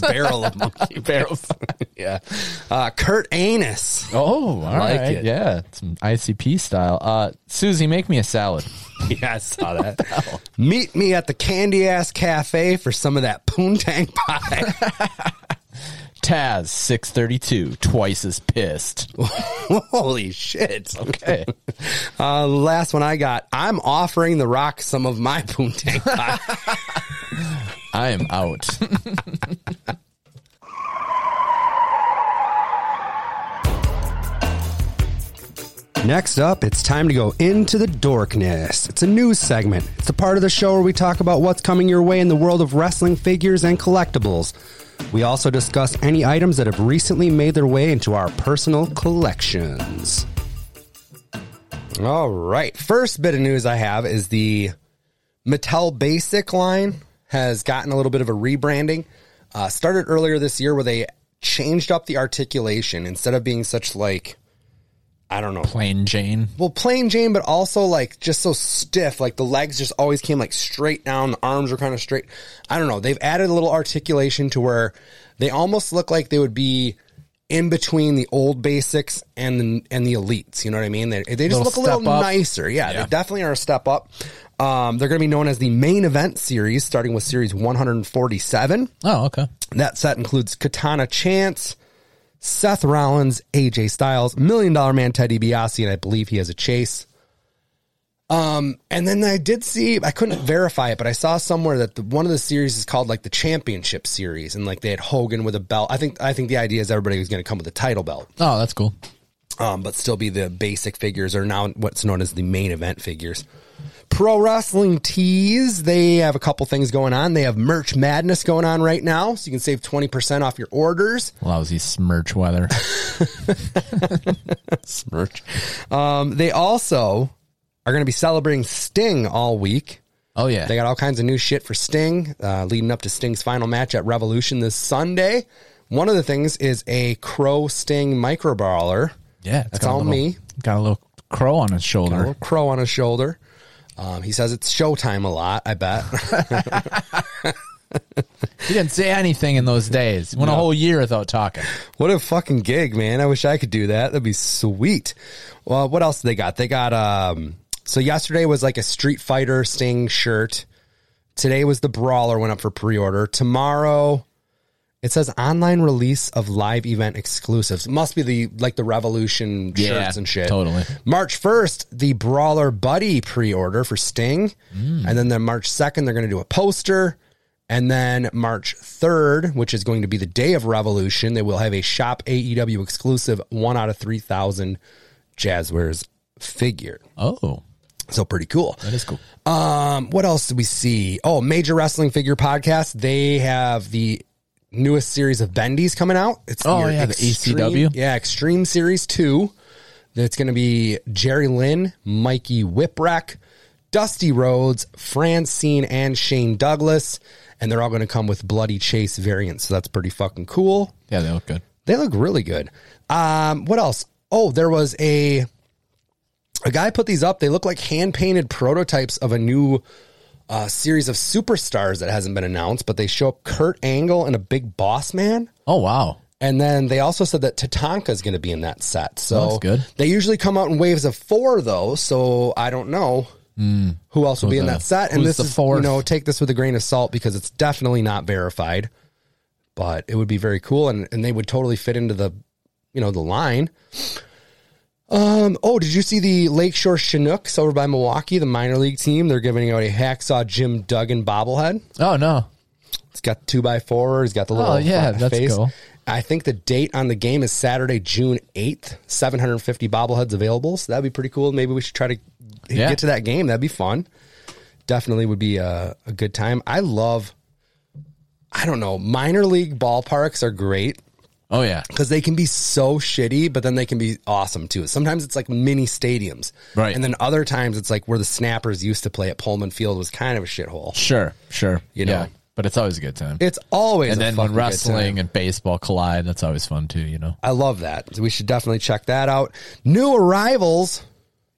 A: Barrel of monkey
B: Barrels.
A: yeah. Uh, Kurt Anus.
B: Oh, all
A: like
B: right,
A: it.
B: Yeah. Some ICP style. Uh, Susie, make me a salad.
A: Yeah, I saw that. Meet me at the Candy Ass Cafe for some of that poontang pie.
B: Taz, 632, twice as pissed.
A: Holy shit.
B: Okay.
A: Uh, last one I got. I'm offering The Rock some of my poontang pie.
B: I am out.
A: Next up, it's time to go into the dorkness. It's a news segment. It's the part of the show where we talk about what's coming your way in the world of wrestling figures and collectibles. We also discuss any items that have recently made their way into our personal collections. All right. First bit of news I have is the Mattel Basic line has gotten a little bit of a rebranding. Uh, started earlier this year where they changed up the articulation instead of being such like, I don't know,
B: Plain Jane.
A: well, plain Jane, but also like just so stiff. Like the legs just always came like straight down. The arms were kind of straight. I don't know. They've added a little articulation to where they almost look like they would be in between the old basics and the, and the elites. You know what I mean? They, they just
B: Little
A: look a little
B: step up.
A: nicer. Yeah, they definitely are a step up. Um, they're going to be known as the main event series, starting with series 147.
B: Oh, okay.
A: That set includes Katana Chance, Seth Rollins, AJ Styles, Million Dollar Man Teddy DiBiase, and I believe he has a chase. Um, and then I did see I couldn't verify it, but I saw somewhere that the, one of the series is called like the Championship Series, and like they had Hogan with a belt. I think I think the idea is everybody was going to come with a title belt,
B: Oh, that's cool.
A: um, but still be the basic figures or now what's known as the main event figures. Pro Wrestling Tees, they have a couple things going on. They have merch madness going on right now, so you can save 20% off your orders.
B: Lousy smirch weather.
A: Merch. Um, they also are going to be celebrating Sting all week.
B: Oh, yeah.
A: They got all kinds of new shit for Sting, uh, leading up to Sting's final match at Revolution this Sunday. One of the things is a Crow Sting micro brawler.
B: yeah.
A: that's
B: got a
A: all
B: little-
A: me.
B: Got a little crow on his
A: Got a
B: shoulder.
A: little crow on his shoulder. Um, he says it's showtime a lot, I bet.
B: He didn't say anything in those days. Went a whole year without talking.
A: What a fucking gig, man. I wish I could do that. That'd be sweet. Well, what else they got? They got um so yesterday was like a Street Fighter Sting shirt. Today was the Brawler went up for pre-order. Tomorrow it says online release of live event exclusives. Must be the like the Revolution
B: Yeah,
A: shirts and shit.
B: totally.
A: March 1st, the Brawler Buddy pre-order for Sting.
B: Mm.
A: And then the March 2nd, they're going to do a poster. And then March 3rd, which is going to be the day of Revolution, they will have a shop AEW exclusive one out of 3,000 Jazzwares figure.
B: Oh,
A: So pretty cool.
B: that is cool.
A: Um, what else do we see? Oh, Major Wrestling Figure Podcast. They have the newest series of Bendies coming out. It's
B: Oh,
A: your
B: yeah, the ECW.
A: Yeah, Extreme Series Two. That's going to be Jerry Lynn, Mikey Whipwreck, Dusty Rhodes, Francine, and Shane Douglas, and they're all going to come with Bloody Chase variants. So that's pretty fucking cool.
B: Yeah, they look good.
A: They look really good. Um, what else? Oh, there was a a guy put these up. They look like hand painted prototypes of a new uh, series of superstars that hasn't been announced, but they show up Kurt Angle and a big boss man.
B: Oh, wow.
A: And then they also said that Tatanka is going to be in that set. So
B: That's good.
A: They usually come out in waves of four, though. So I don't know who else will be in
B: the-
A: that set. And
B: Hmm.
A: this
B: who's the
A: is, you
B: fourth?
A: know, take this with a grain of salt because it's definitely not verified. But it would be very cool, and, and they would totally fit into the, you know, the line. Um. Oh, did you see the Lakeshore Chinooks over by Milwaukee, the minor league team? They're giving out a hacksaw Jim Duggan bobblehead.
B: Oh, no.
A: It's got the two by four. It's got the little
B: Oh, yeah,
A: front
B: that's
A: face.
B: cool.
A: I think the date on the game is Saturday, June eighth. Seven hundred and fifty bobbleheads available, so that'd be pretty cool. Maybe we should try to
B: Yeah.
A: get to that game. That'd be fun. Definitely would be a, a good time. I love. I don't know. Minor league ballparks are great
B: Oh, yeah.
A: because they can be so shitty, but then they can be awesome too. Sometimes it's like mini stadiums,
B: Right.
A: And then other times it's like where the Snappers used to play at Pullman Field was kind of a shithole
B: Sure, sure.
A: you know.
B: Yeah. but it's always a good time.
A: It's always
B: and
A: a
B: then when
A: fucking good time.
B: wrestling and baseball collide, that's always fun too. You know,
A: I love that. We should definitely check that out. New arrivals.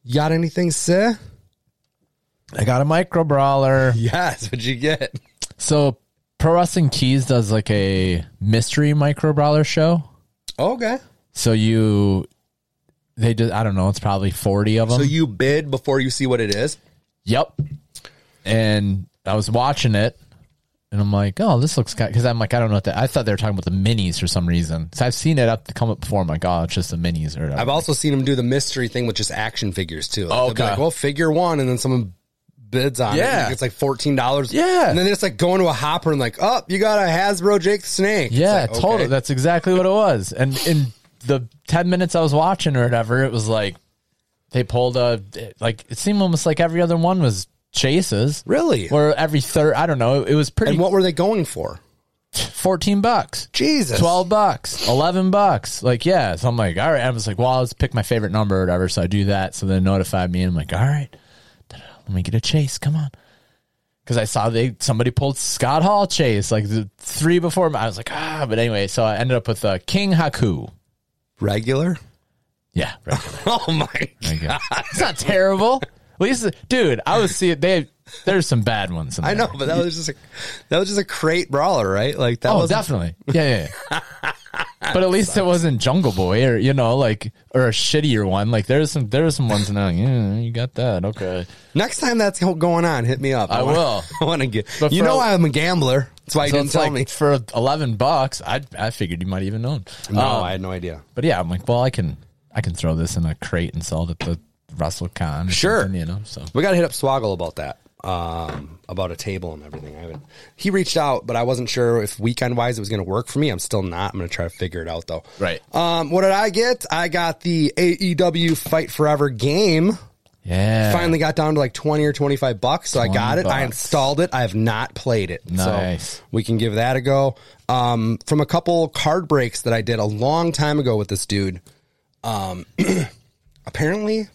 A: You got anything, sir?
B: I got a micro brawler.
A: Yes. What'd you get?
B: So Pro Wrestling Tees does like a mystery micro brawler show.
A: Okay.
B: So you, they did. I don't know. It's probably forty of them.
A: So you bid before you see what it is.
B: Yep. And I was watching it, and I'm like, oh, this looks kind. Because I'm like, I don't know what that. I thought they were talking about the minis for some reason. So I've seen it up come up before. I'm like, oh, it's just the minis or whatever.
A: I've also seen him do the mystery thing with just action figures too. Like, they'll be
B: Okay.
A: Like, well, figure one, and then someone bids on it.
B: Yeah.
A: It's like fourteen dollars.
B: Yeah.
A: And then it's like going to a hopper and like, oh, you got a Hasbro Jake the Snake. It's
B: yeah,
A: like, okay.
B: totally. That's exactly what it was. And in the ten minutes I was watching or whatever, it was like they pulled a like. It seemed almost like every other one was chases.
A: Really?
B: Or every third, I don't know. It was pretty.
A: and what were they going for?
B: Fourteen bucks.
A: Jesus.
B: 12 bucks, 11 bucks. Like, yeah. So I'm like, all right. I was like, well, let's pick my favorite number or whatever. So I do that. So they notified me and I'm like, all right, Da-da, let me get a chase. Come on. Cause I saw they, somebody pulled Scott Hall chase like the three before me. I was like, ah, but anyway. So I ended up with uh, King Haku.
A: Regular.
B: Yeah. Right,
A: Oh my.
B: there you go. it's not terrible. At least, dude, I was seeing, they, there's some bad ones. in
A: I know,
B: there.
A: but that was just a, that was just a crate brawler, right? Like that
B: Oh,
A: was
B: definitely. Yeah, yeah. yeah. but at least it wasn't Jungle Boy or you know like or a shittier one. Like there's some there's some ones now. Like, yeah, you got that. Okay.
A: Next time that's going on, hit me up.
B: I
A: wanna-
B: will.
A: I want to get.
B: But
A: you
B: for
A: know,
B: a-
A: I'm a gambler. That's why you
B: So
A: didn't
B: it's
A: tell
B: like
A: me.
B: for eleven bucks, I I figured you might even know.
A: No,
B: Um,
A: I had no idea.
B: but yeah, I'm like, well, I can I can throw this in a crate and sell it at the Russell Con.
A: Sure.
B: you know. So
A: We got to hit up Swoggle about that, um, about a table and everything. I haven't. He reached out, but I wasn't sure if weekend wise it was going to work for me. I'm still not. I'm going to try to figure it out though.
B: Right.
A: Um, what did I get? I got the AEW Fight Forever game.
B: yeah,
A: Finally got down to like 20 or 25 bucks. So I got
B: 20
A: it. I
B: bucks.
A: installed it. I have not played it.
B: Nice.
A: So we can give that a go. Um, from a couple card breaks that I did a long time ago with this dude. Um, apparently,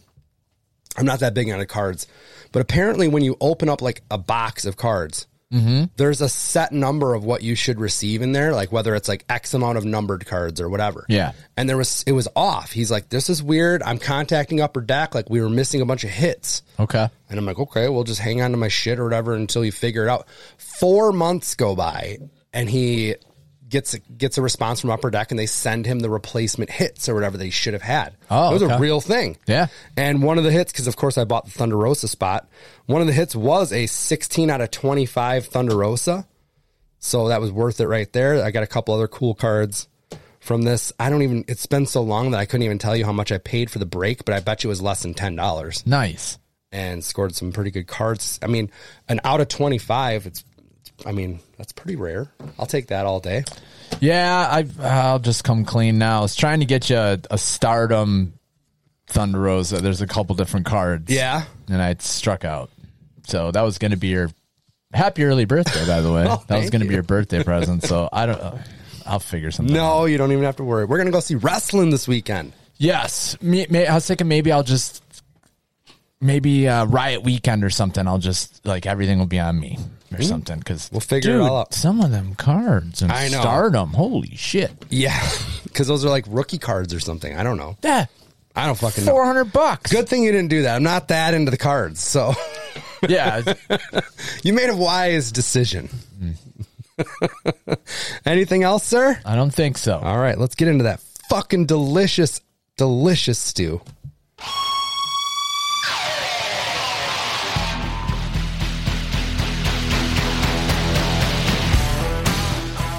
A: I'm not that big on cards, but apparently, when you open up like a box of cards,
B: Mm-hmm.
A: there's a set number of what you should receive in there, like whether it's like X amount of numbered cards or whatever.
B: Yeah.
A: And there was, it was off. He's like, this is weird. I'm contacting Upper Deck. Like, we were missing a bunch of hits.
B: Okay.
A: And I'm like, okay, well, just hang on to my shit or whatever until you figure it out. Four months go by, and he gets gets a response from Upper Deck, and they send him the replacement hits or whatever they should have had.
B: Oh,
A: it was a
B: okay.
A: real thing.
B: Yeah.
A: And one of the hits, because of course I bought the Thunder Rosa spot. One of the hits was a 16 out of 25 Thunder Rosa, so that was worth it right there. I got a couple other cool cards. From this, I don't even. It's been so long that I couldn't even tell you how much I paid for the break, but I bet you it was less than ten dollars
B: Nice.
A: and scored some pretty good cards. I mean, an out of 25, it's I mean, that's pretty rare. I'll take that all day.
B: Yeah, I I'll just come clean now. I was trying to get you a, a Stardom Thunder Rosa. There's a couple different cards.
A: Yeah.
B: and I struck out. So that was going to be your happy early birthday, by the way. that was
A: Oh, thank
B: going to
A: you.
B: be your birthday present. So I don't. uh, I'll figure something. out.
A: No, you don't even have to worry. We're going to go see wrestling this weekend.
B: Yes. Me, may, I was thinking maybe I'll just maybe uh, riot weekend or something. I'll just like everything will be on me or something because
A: We'll figure it all out.
B: Some of them cards and
A: I know.
B: Stardom. Holy shit.
A: Yeah. Cuz those are like rookie cards or something. I don't know.
B: Yeah.
A: I don't fucking know.
B: Four hundred bucks.
A: Good thing you didn't do that. I'm not that into the cards. So,
B: Yeah.
A: you made a wise decision. Hmm. Anything else, sir?
B: I don't think so.
A: All right, let's get into that fucking delicious delicious stew.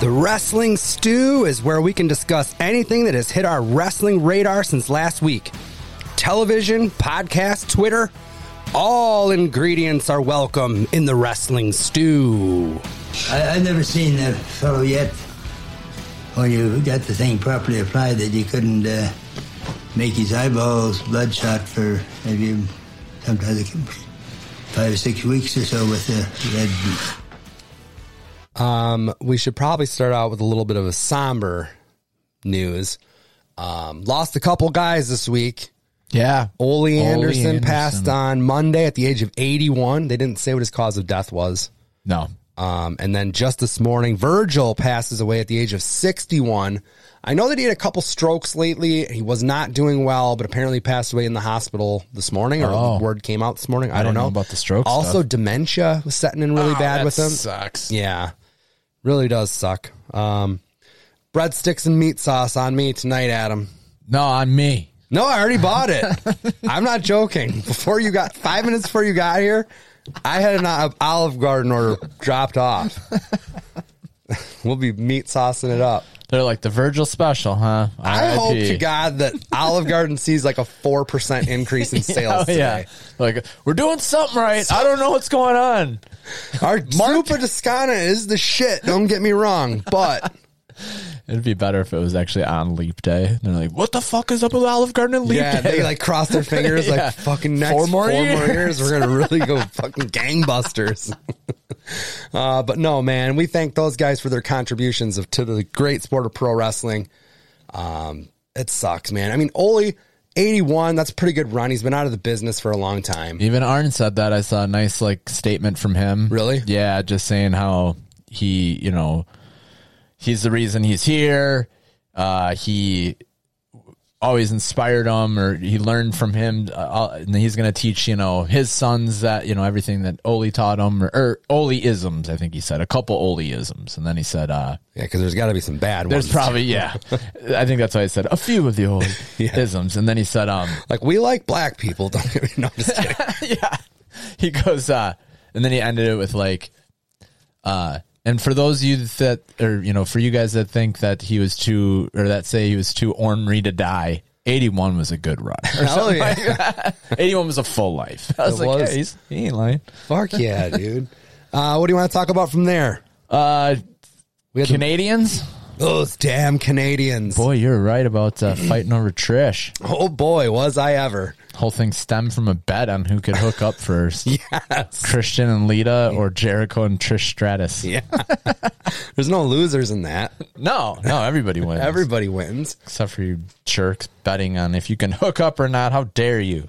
A: The Wrestling Stew is where we can discuss anything that has hit our wrestling radar since last week. Television, podcast, Twitter, all ingredients are welcome in the Wrestling Stew.
E: I, I've never seen a fellow yet when you got the thing properly applied that you couldn't uh, make his eyeballs bloodshot for maybe sometimes it can- five or six weeks or so with the red.
A: we should probably start out with a little bit of a somber news. Um, lost a couple guys this week.
B: Yeah.
A: Ole Anderson,
B: Anderson.
A: passed on Monday at the age of 81. They didn't say what his cause of death was.
B: No.
A: Um, and then just this morning, Virgil passes away at the age of 61. I know that he had a couple strokes lately. He was not doing well, but apparently passed away in the hospital this morning, or
B: Oh.
A: word came out this morning. I, don't
B: didn't
A: know.
B: know about the stroke
A: Also,
B: stuff.
A: dementia was setting in really
B: Oh,
A: bad
B: that
A: with him.
B: Sucks.
A: Yeah. Really does suck. Um, breadsticks and meat sauce on me tonight, Adam.
B: No, on me.
A: No, I already bought it. I'm not joking. Before you got five minutes before you got here, I had an o- Olive Garden order dropped off. we'll be meat saucing it up.
B: They're like the Virgil special, huh?
A: I
B: RIP.
A: hope to God that Olive Garden sees like a four percent increase in
B: Oh
A: sales.
B: yeah,
A: today.
B: like we're doing something right. I don't know what's going on.
A: Our Super Descana is the shit. Don't get me wrong, but
B: It'd be better if it was actually on leap day. And they're like, what the fuck is up with Olive Garden and leap
A: yeah,
B: day?
A: they like cross their fingers
B: Yeah.
A: like fucking next
B: Four
A: four
B: more
A: more,
B: years.
A: years, we're gonna really go fucking gangbusters. uh, but no, man, we thank those guys for their contributions of to the great sport of pro wrestling. Um, it sucks, man. I mean, Ole. 81, that's a pretty good run. He's been out of the business for a long time.
B: Even Arn said that. I saw a nice like statement from him.
A: Really?
B: Yeah, just saying how he, you know, he's the reason he's here. Uh, he always inspired him, or he learned from him, uh, and he's going to teach you know his sons that you know everything that Oli taught him, or, or Oli isms. I think he said a couple Oli isms, and then he said, uh,
A: Yeah, because there's got to be some bad
B: "There's
A: ones.
B: probably yeah." I think that's why I said a few of the Oli isms, and then he said, "Um."
A: like, we like black people. Don't get me no, I'm just kidding.
B: yeah. He goes, uh, and then he ended it with like, uh, and for those of you that, or, you know, for you guys that think that he was too, or that say he was too ornery to die, 81 was a good run. Or
A: Hell
B: something
A: yeah.
B: like that. 81 was a full life. I was
A: It
B: like,
A: was.
B: "Hey, he's, he ain't lying.
A: Fuck yeah, dude. Uh, what do you want to talk about from there?
B: Uh,
A: We had the-
B: Canadians?
A: those damn Canadians.
B: Boy, you're right about uh, fighting over Trish.
A: Oh boy, was I ever.
B: Whole thing stemmed from a bet on who could hook up first. Christian and Lita or Jericho and Trish Stratus.
A: Yeah. There's no losers in that.
B: No, no, everybody wins.
A: Everybody wins.
B: except for you jerks betting on if you can hook up or not. How dare you?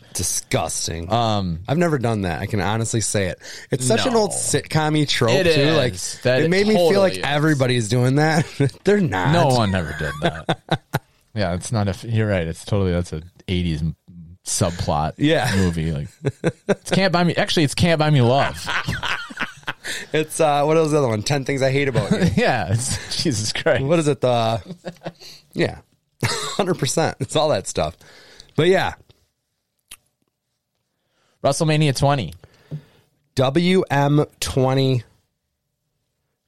A: Disgusting. Um, I've never done that. I can honestly say it. It's such an
B: No.
A: old sitcom trope
B: It
A: too.
B: is.
A: Like
B: That
A: it made me
B: totally
A: feel like
B: is.
A: everybody's doing that. They're not.
B: No one ever did that. yeah, it's not a. You're right. It's totally that's a '80s subplot.
A: Yeah.
B: movie like it's can't buy me. Actually, it's can't buy me love.
A: It's uh, what was the other one? Ten things I hate about you.
B: yeah, it's, Jesus Christ.
A: what is it? The yeah, hundred percent. It's all that stuff. But yeah,
B: WrestleMania 20.
A: WM20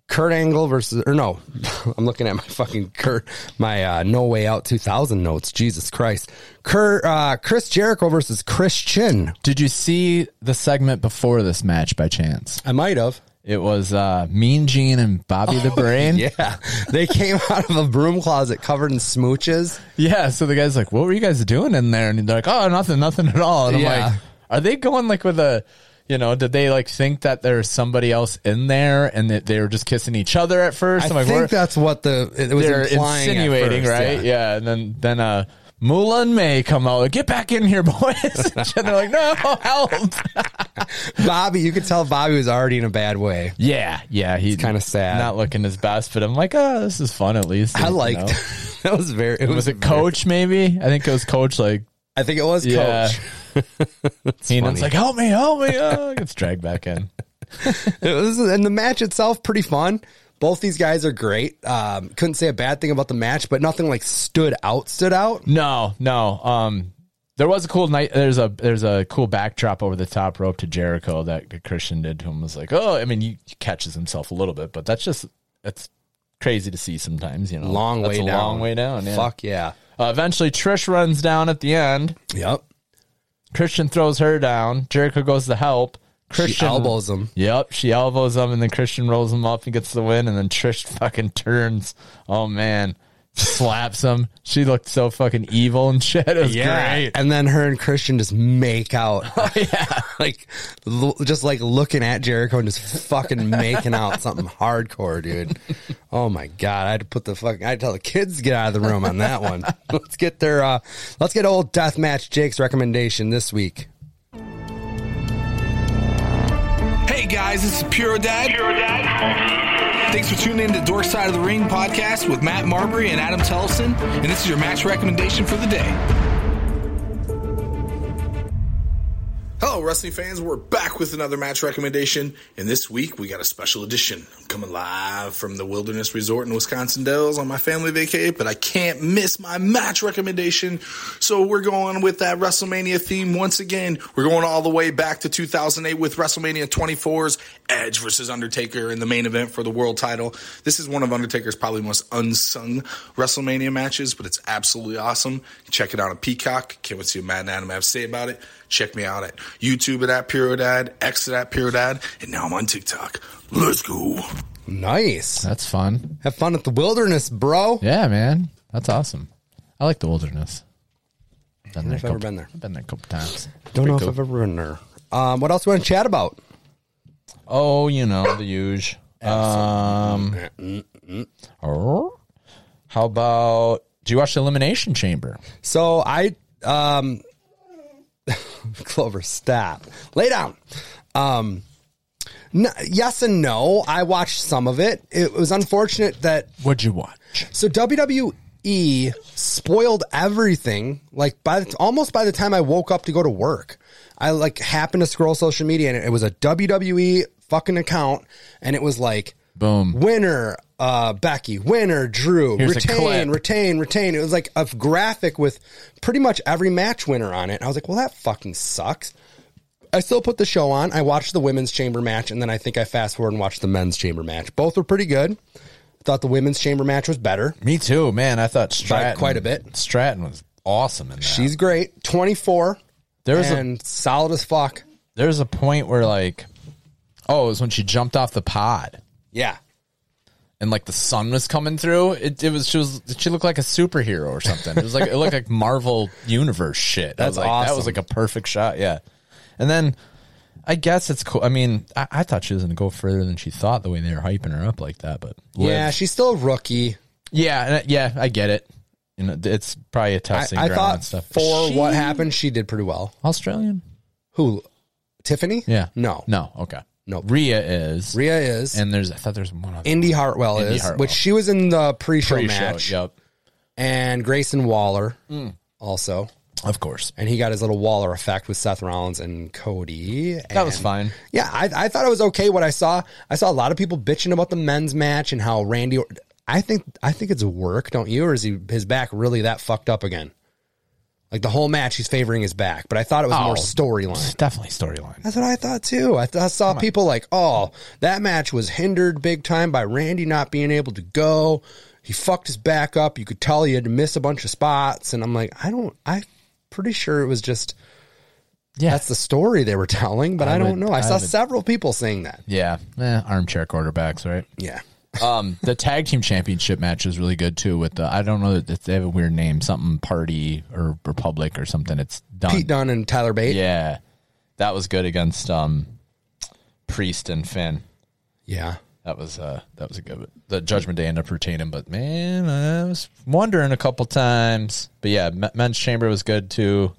A: Kurt Angle versus or no, I'm looking at my fucking Kurt my uh, No Way Out 2000 notes. Jesus Christ. Kurt uh, Chris Jericho versus Christian.
B: Did you see the segment before this match by chance?
A: I might have.
B: It was uh, Mean Gene and Bobby
A: Oh,
B: the Brain.
A: Yeah. they came out of a broom closet covered in smooches.
B: Yeah, so the guy's like, "What were you guys doing in there?" And they're like, "Oh, nothing, nothing at all." And I'm
A: Yeah.
B: like, "Are they going like with a, you know, did they like think that there's somebody else in there and that they were just kissing each other at first?
A: I
B: I'm like,
A: think
B: "We're-
A: that's what the it was
B: they're
A: implying at
B: insinuating,
A: first,
B: right? Yeah. and then then uh, Moolah and May come out, like, "Get back in here, boys!" and they're like, "No, help!"
A: Bobby, you could tell Bobby was already in a bad way.
B: yeah, yeah, he's
A: kinda sad.
B: not looking his best, but I'm like, "Oh, this is fun at least."
A: I
B: you
A: liked
B: know?
A: that was very it was,
B: Was it
A: very-
B: Coach? Maybe I think it was Coach. Like
A: I think it was
B: Yeah.
A: coach.
B: Heenan's like, help me, help me. Uh, gets dragged back in.
A: it was, and the match itself pretty fun. Both these guys are great. Um, couldn't say a bad thing about the match, but nothing like stood out. Stood out.
B: No, no. Um, there was a cool night. There's a there's a cool backdrop over the top rope to Jericho that Christian did to him. Was like, oh, I mean, he catches himself a little bit, but that's just that's crazy to see sometimes. You know,
A: Long
B: That's
A: way
B: a
A: down.
B: long way down. Yeah.
A: Fuck yeah.
B: Uh, eventually, Trish runs down at the end.
A: Yep.
B: Christian throws her down. Jericho goes to help. Christian
A: she elbows him.
B: Yep, she elbows him, and then Christian rolls him up and gets the win, and then Trish fucking turns. Oh man, slaps him. She looked so fucking evil and shit. It was great.
A: And then her and Christian just make out. yeah. like l- just like looking at Jericho and just fucking making out something hardcore, dude. Oh my god, I had to put the fucking I had to tell the kids to get out of the room on that one. let's get their uh let's get old deathmatch Jake's recommendation this week.
F: guys, guys. This is Pure Dad. Pure Dad. Thanks for tuning in to Dork Side of the Ring podcast with Matt Marbury and Adam Tellison. And this is your match recommendation for the day. Hello, wrestling fans. We're back with another match recommendation, and this week we got a special edition. I'm coming live from the Wilderness Resort in Wisconsin Dells on my family vacay, but I can't miss my match recommendation. So we're going with that WrestleMania theme once again. We're going all the way back to 2008 with WrestleMania 24's Edge versus Undertaker in the main event for the world title. This is one of Undertaker's probably most unsung WrestleMania matches, but it's absolutely awesome. Check it out on Peacock. Can't wait to see what Matt and Adam have to say about it check me out at YouTube at Pyrodad, X at Pyrodad, and now I'm on TikTok. Let's go.
A: Nice.
B: That's fun.
A: Have fun at the wilderness, bro.
B: Yeah, man. That's awesome. I like the wilderness. Been there a
A: I've ever
B: couple-
A: been there.
B: I've been there a couple times.
A: Don't know
B: Pretty
A: if I've ever been there. Um, what else we want to chat about?
B: Oh, you know, the huge. Um, oh. how about, do you watch the Elimination Chamber?
A: So I, um, Clover, stop. Lay down. Um, n- yes and no. I watched some of it. It was unfortunate that
B: What'd you watch?
A: so WWE spoiled everything. Like by the, almost by the time I woke up to go to work, I like happened to scroll social media and it was a WWE fucking account, and it was like
B: Boom.
A: winner uh, Becky, winner Drew,
B: Here's a
A: retain,
B: clip.
A: retain, retain. It was like a graphic with pretty much every match winner on it. I was like, well, that fucking sucks. I still put the show on. I watched the women's chamber match, and then I think I fast forward and watched the men's chamber match. Both were pretty good. Thought the women's chamber match was better.
B: Me too, man. I thought Stratton
A: quite a bit.
B: Stratton was awesome in that.
A: She's great. Twenty four
B: there was a
A: and solid as fuck.
B: there was a point where like, oh, it was when she jumped off the pod
A: Yeah,
B: and like the sun was coming through. It, it was she was she looked like a superhero or something. It was like it looked like Marvel universe shit. I
A: That's
B: was like, That was
A: awesome.
B: like a perfect shot. Yeah, and then I guess it's cool. I mean, I, I thought she was gonna go further than she thought the way they were hyping her up like that. But
A: yeah.
B: Liv-
A: She's still a rookie.
B: yeah, and I- yeah. I get it. You know, it's probably a
A: I,
B: testing
A: I
B: ground
A: thought
B: and stuff.
A: for
B: She-
A: what happened, she did pretty well.
B: Australian.
A: Who? Tiffany?
B: Yeah.
A: No.
B: No. Okay.
A: Nope.
B: Rhea is.
A: Rhea is.
B: And there's. I thought there's one other
A: Indy Hartwell
B: Indy
A: is,
B: Hartwell.
A: which she was in the pre-show
B: Pretty sure,
A: match,
B: Yep.
A: and Grayson Waller
B: Mm.
A: also,
B: Of course.
A: and he got his little Waller effect with Seth Rollins and Cody.
B: That was
A: and-
B: fine.
A: Yeah, I, I thought it was okay. What I saw, I saw a lot of people bitching about the men's match and how Randy. Or- I think I think it's work, don't you? Or is he his back really that fucked up again? Like the whole match, he's favoring his back, but I thought it was more
B: Oh.
A: storyline.
B: It's definitely storyline.
A: That's what I thought too. I, th- I saw people like, oh, that match was hindered big time by Randy not being able to go. He fucked his back up. You could tell he had to miss a bunch of spots. And I'm like, I don't, I'm pretty sure it was just,
B: Yeah.
A: that's the story they were telling, but I, don't
B: would-
A: know. I,
B: I
A: saw
B: would-
A: several people saying that.
B: yeah. Eh, armchair quarterbacks, right?
A: Yeah.
B: Um, the tag team championship match is really good too. With the I don't know that they have a weird name, something party or republic or something. It's done.
A: Pete Dunne and Tyler Bate. Yeah.
B: Yeah, that was good against um, Priest and Finn. That was uh that was a good the Judgment Day ended up retaining, but man, I was wondering a couple times. But yeah, M- Men's Chamber was good too.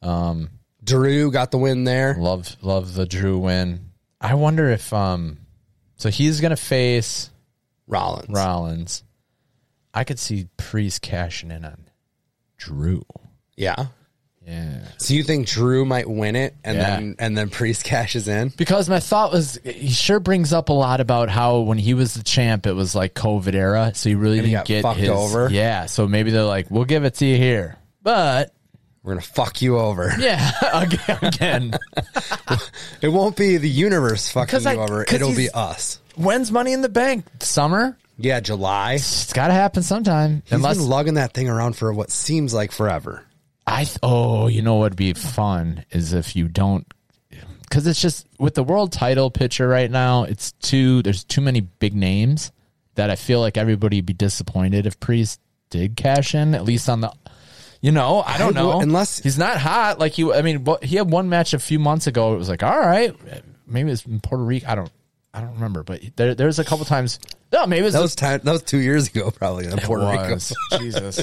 A: Drew got the win there.
B: Love love the Drew win. I wonder if um so he's gonna face
A: Rollins.
B: Rollins. I could see Priest cashing in on Drew.
A: Yeah.
B: Yeah.
A: So you think Drew might win it and
B: Yeah.
A: then, and then Priest cashes in?
B: Because my thought was, he sure brings up a lot about how when he was the champ, it was like COVID era, so he really
A: And he
B: didn't
A: got
B: get
A: fucked
B: his.
A: over.
B: Yeah, so maybe they're like, we'll give it to you here, but
A: We're going to fuck you over.
B: yeah, again, again.
A: It won't be the universe fucking
B: 'Cause
A: you
B: I-
A: over.
B: 'cause
A: It'll be
B: he's-
A: us.
B: when's Money in the Bank? Summer.
A: Yeah, July. He's
B: It's got to happen sometime. Unless
A: been lugging that thing around for what seems like forever.
B: I. Th- oh, you know what'd be fun is if you don't, because it's just with the world title picture right now. It's too. There's too many big names that I feel like everybody'd be disappointed if Priest did cash in at least on the. You know, I don't
A: I would-
B: know.
A: unless-
B: he's not hot, like he. I mean, what- he had one match a few months ago. It was like, all right, maybe it's in Puerto Rico. I don't, I don't remember, but there, there's a couple times. No, maybe it's
A: That was time. That was two years ago, probably in Puerto Rico.
B: Jesus.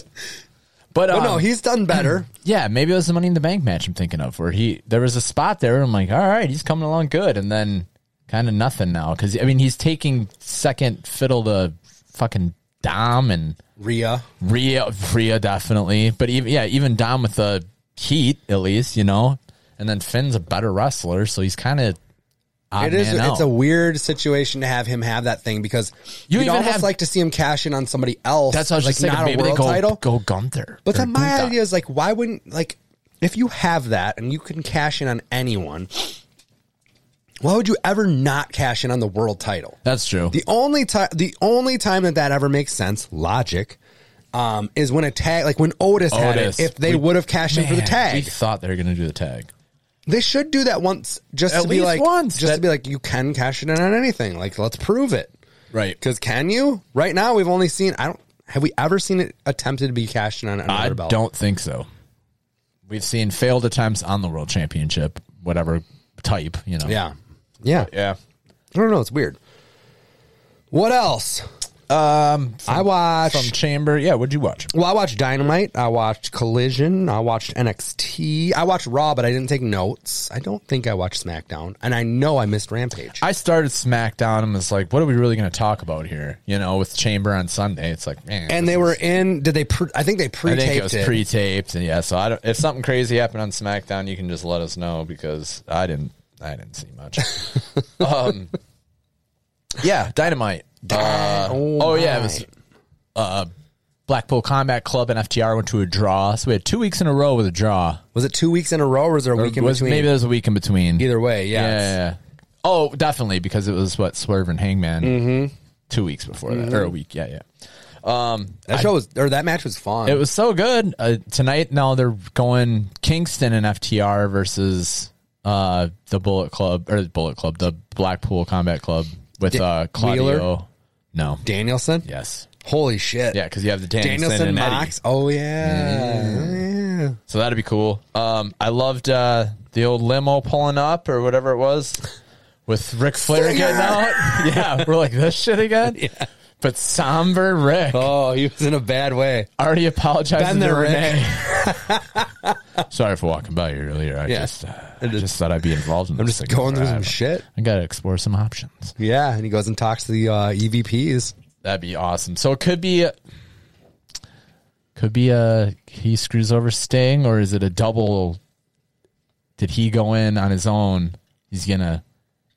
A: But
B: But, um,
A: no, he's done better.
B: yeah, maybe it was the Money in the Bank match I'm thinking of, where he there was a spot there. And I'm like, all right, he's coming along good, and then kind of nothing now because I mean he's taking second fiddle to fucking Dom and
A: Rhea.
B: Rhea, Rhea definitely, but even yeah, even Dom with the heat at least you know, and then Finn's a better wrestler, so he's kind of.
A: It is.
B: Man
A: It's
B: out.
A: a weird situation to have him have that thing because
B: You
A: you would
B: even
A: almost
B: have-
A: like to see him cash in on somebody else.
B: That's what I was
A: like
B: just thinking.
A: not
B: Maybe
A: a
B: they
A: world
B: go
A: title.
B: go Gunther.
A: But
B: or
A: then my
B: Gunther.
A: idea is like, why wouldn't like if you have that and you can cash in on anyone, why would you ever not cash in on the world title?
B: that's true.
A: The only time, the only time that that ever makes sense, logic, um, is when a tag, like when Otis, had
B: Otis.
A: it. If they
B: Oh, We-
A: would have cashed in for the
B: Man, We
A: tag,
B: thought they were going to do the tag.
A: they should do that once, just
B: At
A: to be
B: least
A: like,
B: once.
A: just
B: That-
A: to be like, you can cash it in on anything. Like, let's prove it.
B: Right.
A: Because can you? Right now, we've only seen. I don't. Have we ever seen it attempted to be cashed in on another
B: I
A: belt?
B: don't think so. We've seen failed attempts on the world championship, whatever type, you know.
A: Yeah. Yeah.
B: Yeah.
A: I don't know. It's weird. What else? Um, I watched.
B: From Chamber. Yeah, what'd you watch?
A: well, I watched Dynamite. I watched Collision. I watched NXT. I watched Raw, but I didn't take notes. I don't think I watched SmackDown, and I know I missed Rampage.
B: I started SmackDown and was like, what are we really going to talk about here? You know, with Chamber on Sunday, it's like, man.
A: and
B: this
A: they were
B: is-
A: in. Did they? Pre, I think they
B: I
A: pre-taped
B: think it was
A: it.
B: pre taped. And yeah, so I don't, if something crazy happened on SmackDown, you can just let us know because I didn't. I didn't see much. um, yeah, Dynamite. Uh,
A: oh
B: oh yeah, it was uh,
A: my.
B: Blackpool Combat Club and FTR went to a draw. So we had two weeks in a row with a draw.
A: was it two weeks in a row, or was there a week in
B: was,
A: between?
B: Maybe there's a week in between.
A: Either way,
B: Yeah,
A: yeah.
B: yeah,
A: it's-
B: yeah. Oh, definitely because it was what Swerve and Hangman
A: Mm-hmm.
B: two weeks before that, or a week. Yeah, yeah.
A: That show was, or that match was fun.
B: It was so good uh, tonight. Now they're going Kingston and FTR versus uh, the Bullet Club or the Bullet Club, the Blackpool Combat Club with
A: Da-
B: uh, Claudio.
A: Wheeler?
B: No.
A: Danielson.
B: Yes.
A: Holy shit.
B: Yeah, because you have the Danielson,
A: Danielson
B: and Eddie. Mm.
A: Mox. Oh yeah. yeah.
B: So that'd be cool. Um, I loved uh, the old limo pulling up or whatever it was with Ric Flair getting out. Yeah, we're like this shit again. But somber Rick
A: Oh, he was in a bad way.
B: already apologized
A: Been
B: to
A: there, Rick.
B: Renee. Sorry for walking by you earlier. I
A: Yeah.
B: just, uh, I
A: I just-
B: just thought I'd be involved in
A: I'm
B: this
A: just
B: again.
A: going through
B: I-
A: some shit.
B: I gotta explore some options.
A: Yeah, and he goes and talks to the uh, EVPs.
B: That'd be awesome. So it could be, uh, could be a he screws over Sting, or is it a double? Did he go in on his own? He's gonna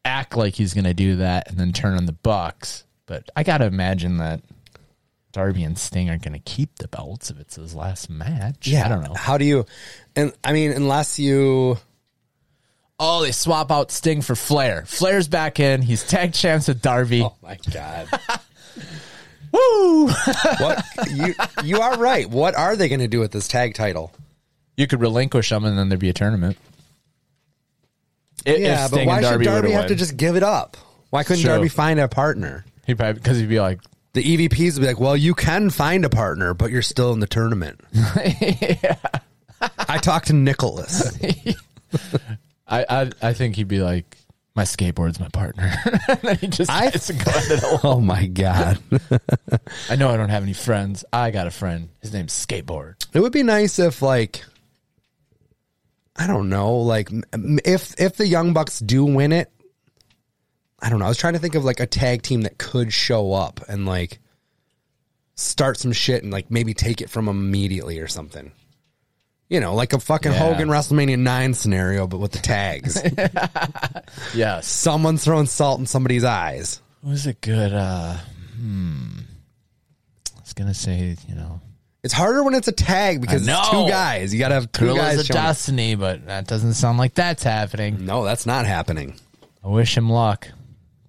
B: act like he's gonna do that, and then turn on the Bucks. But I gotta imagine that Darby and Sting are gonna keep the belts if it's his last match. I don't know.
A: How do you? And I mean, unless you,
B: Oh, they swap out Sting for Flair. Flair's back in. He's tag champs with Darby.
A: Oh my god,
B: Woo!
A: what you you are right. What are they going to do with this tag title?
B: you could relinquish them, and then there'd be a tournament. I- if
A: Yeah, but
B: Sting
A: why
B: and
A: should
B: were to
A: Darby have to
B: win.
A: just give it up? Why couldn't
B: True.
A: Darby find a partner?
B: He probably because he'd be like,
A: The EVPs would be like, "Well, you can find a partner, but you're still in the tournament." I talked to Nicholas.
B: I, I, I think he'd be like, my skateboard's my partner. and then he just
A: I-
B: tries to go at it alone.
A: oh my god.
B: I know I don't have any friends. I got a friend. His name's Skateboard.
A: It would be nice if like I don't know, like m- if if the Young Bucks do win it, I don't know. I was trying to think of like a tag team that could show up and like start some shit and like maybe take it from 'em immediately or something. You know, like a fucking
B: Yeah.
A: Hogan WrestleMania 9 scenario but with the tags.
B: Yes.
A: Someone's throwing salt in somebody's eyes.
B: Who's a good? uh Hmm. I was gonna say, you know,
A: It's harder when it's a tag because it's
B: know.
A: two guys. You got to have two
B: Gorilla's
A: guys.
B: of
A: showing up.
B: Destiny, but that doesn't sound like that's happening.
A: No, that's not happening.
B: I wish him luck.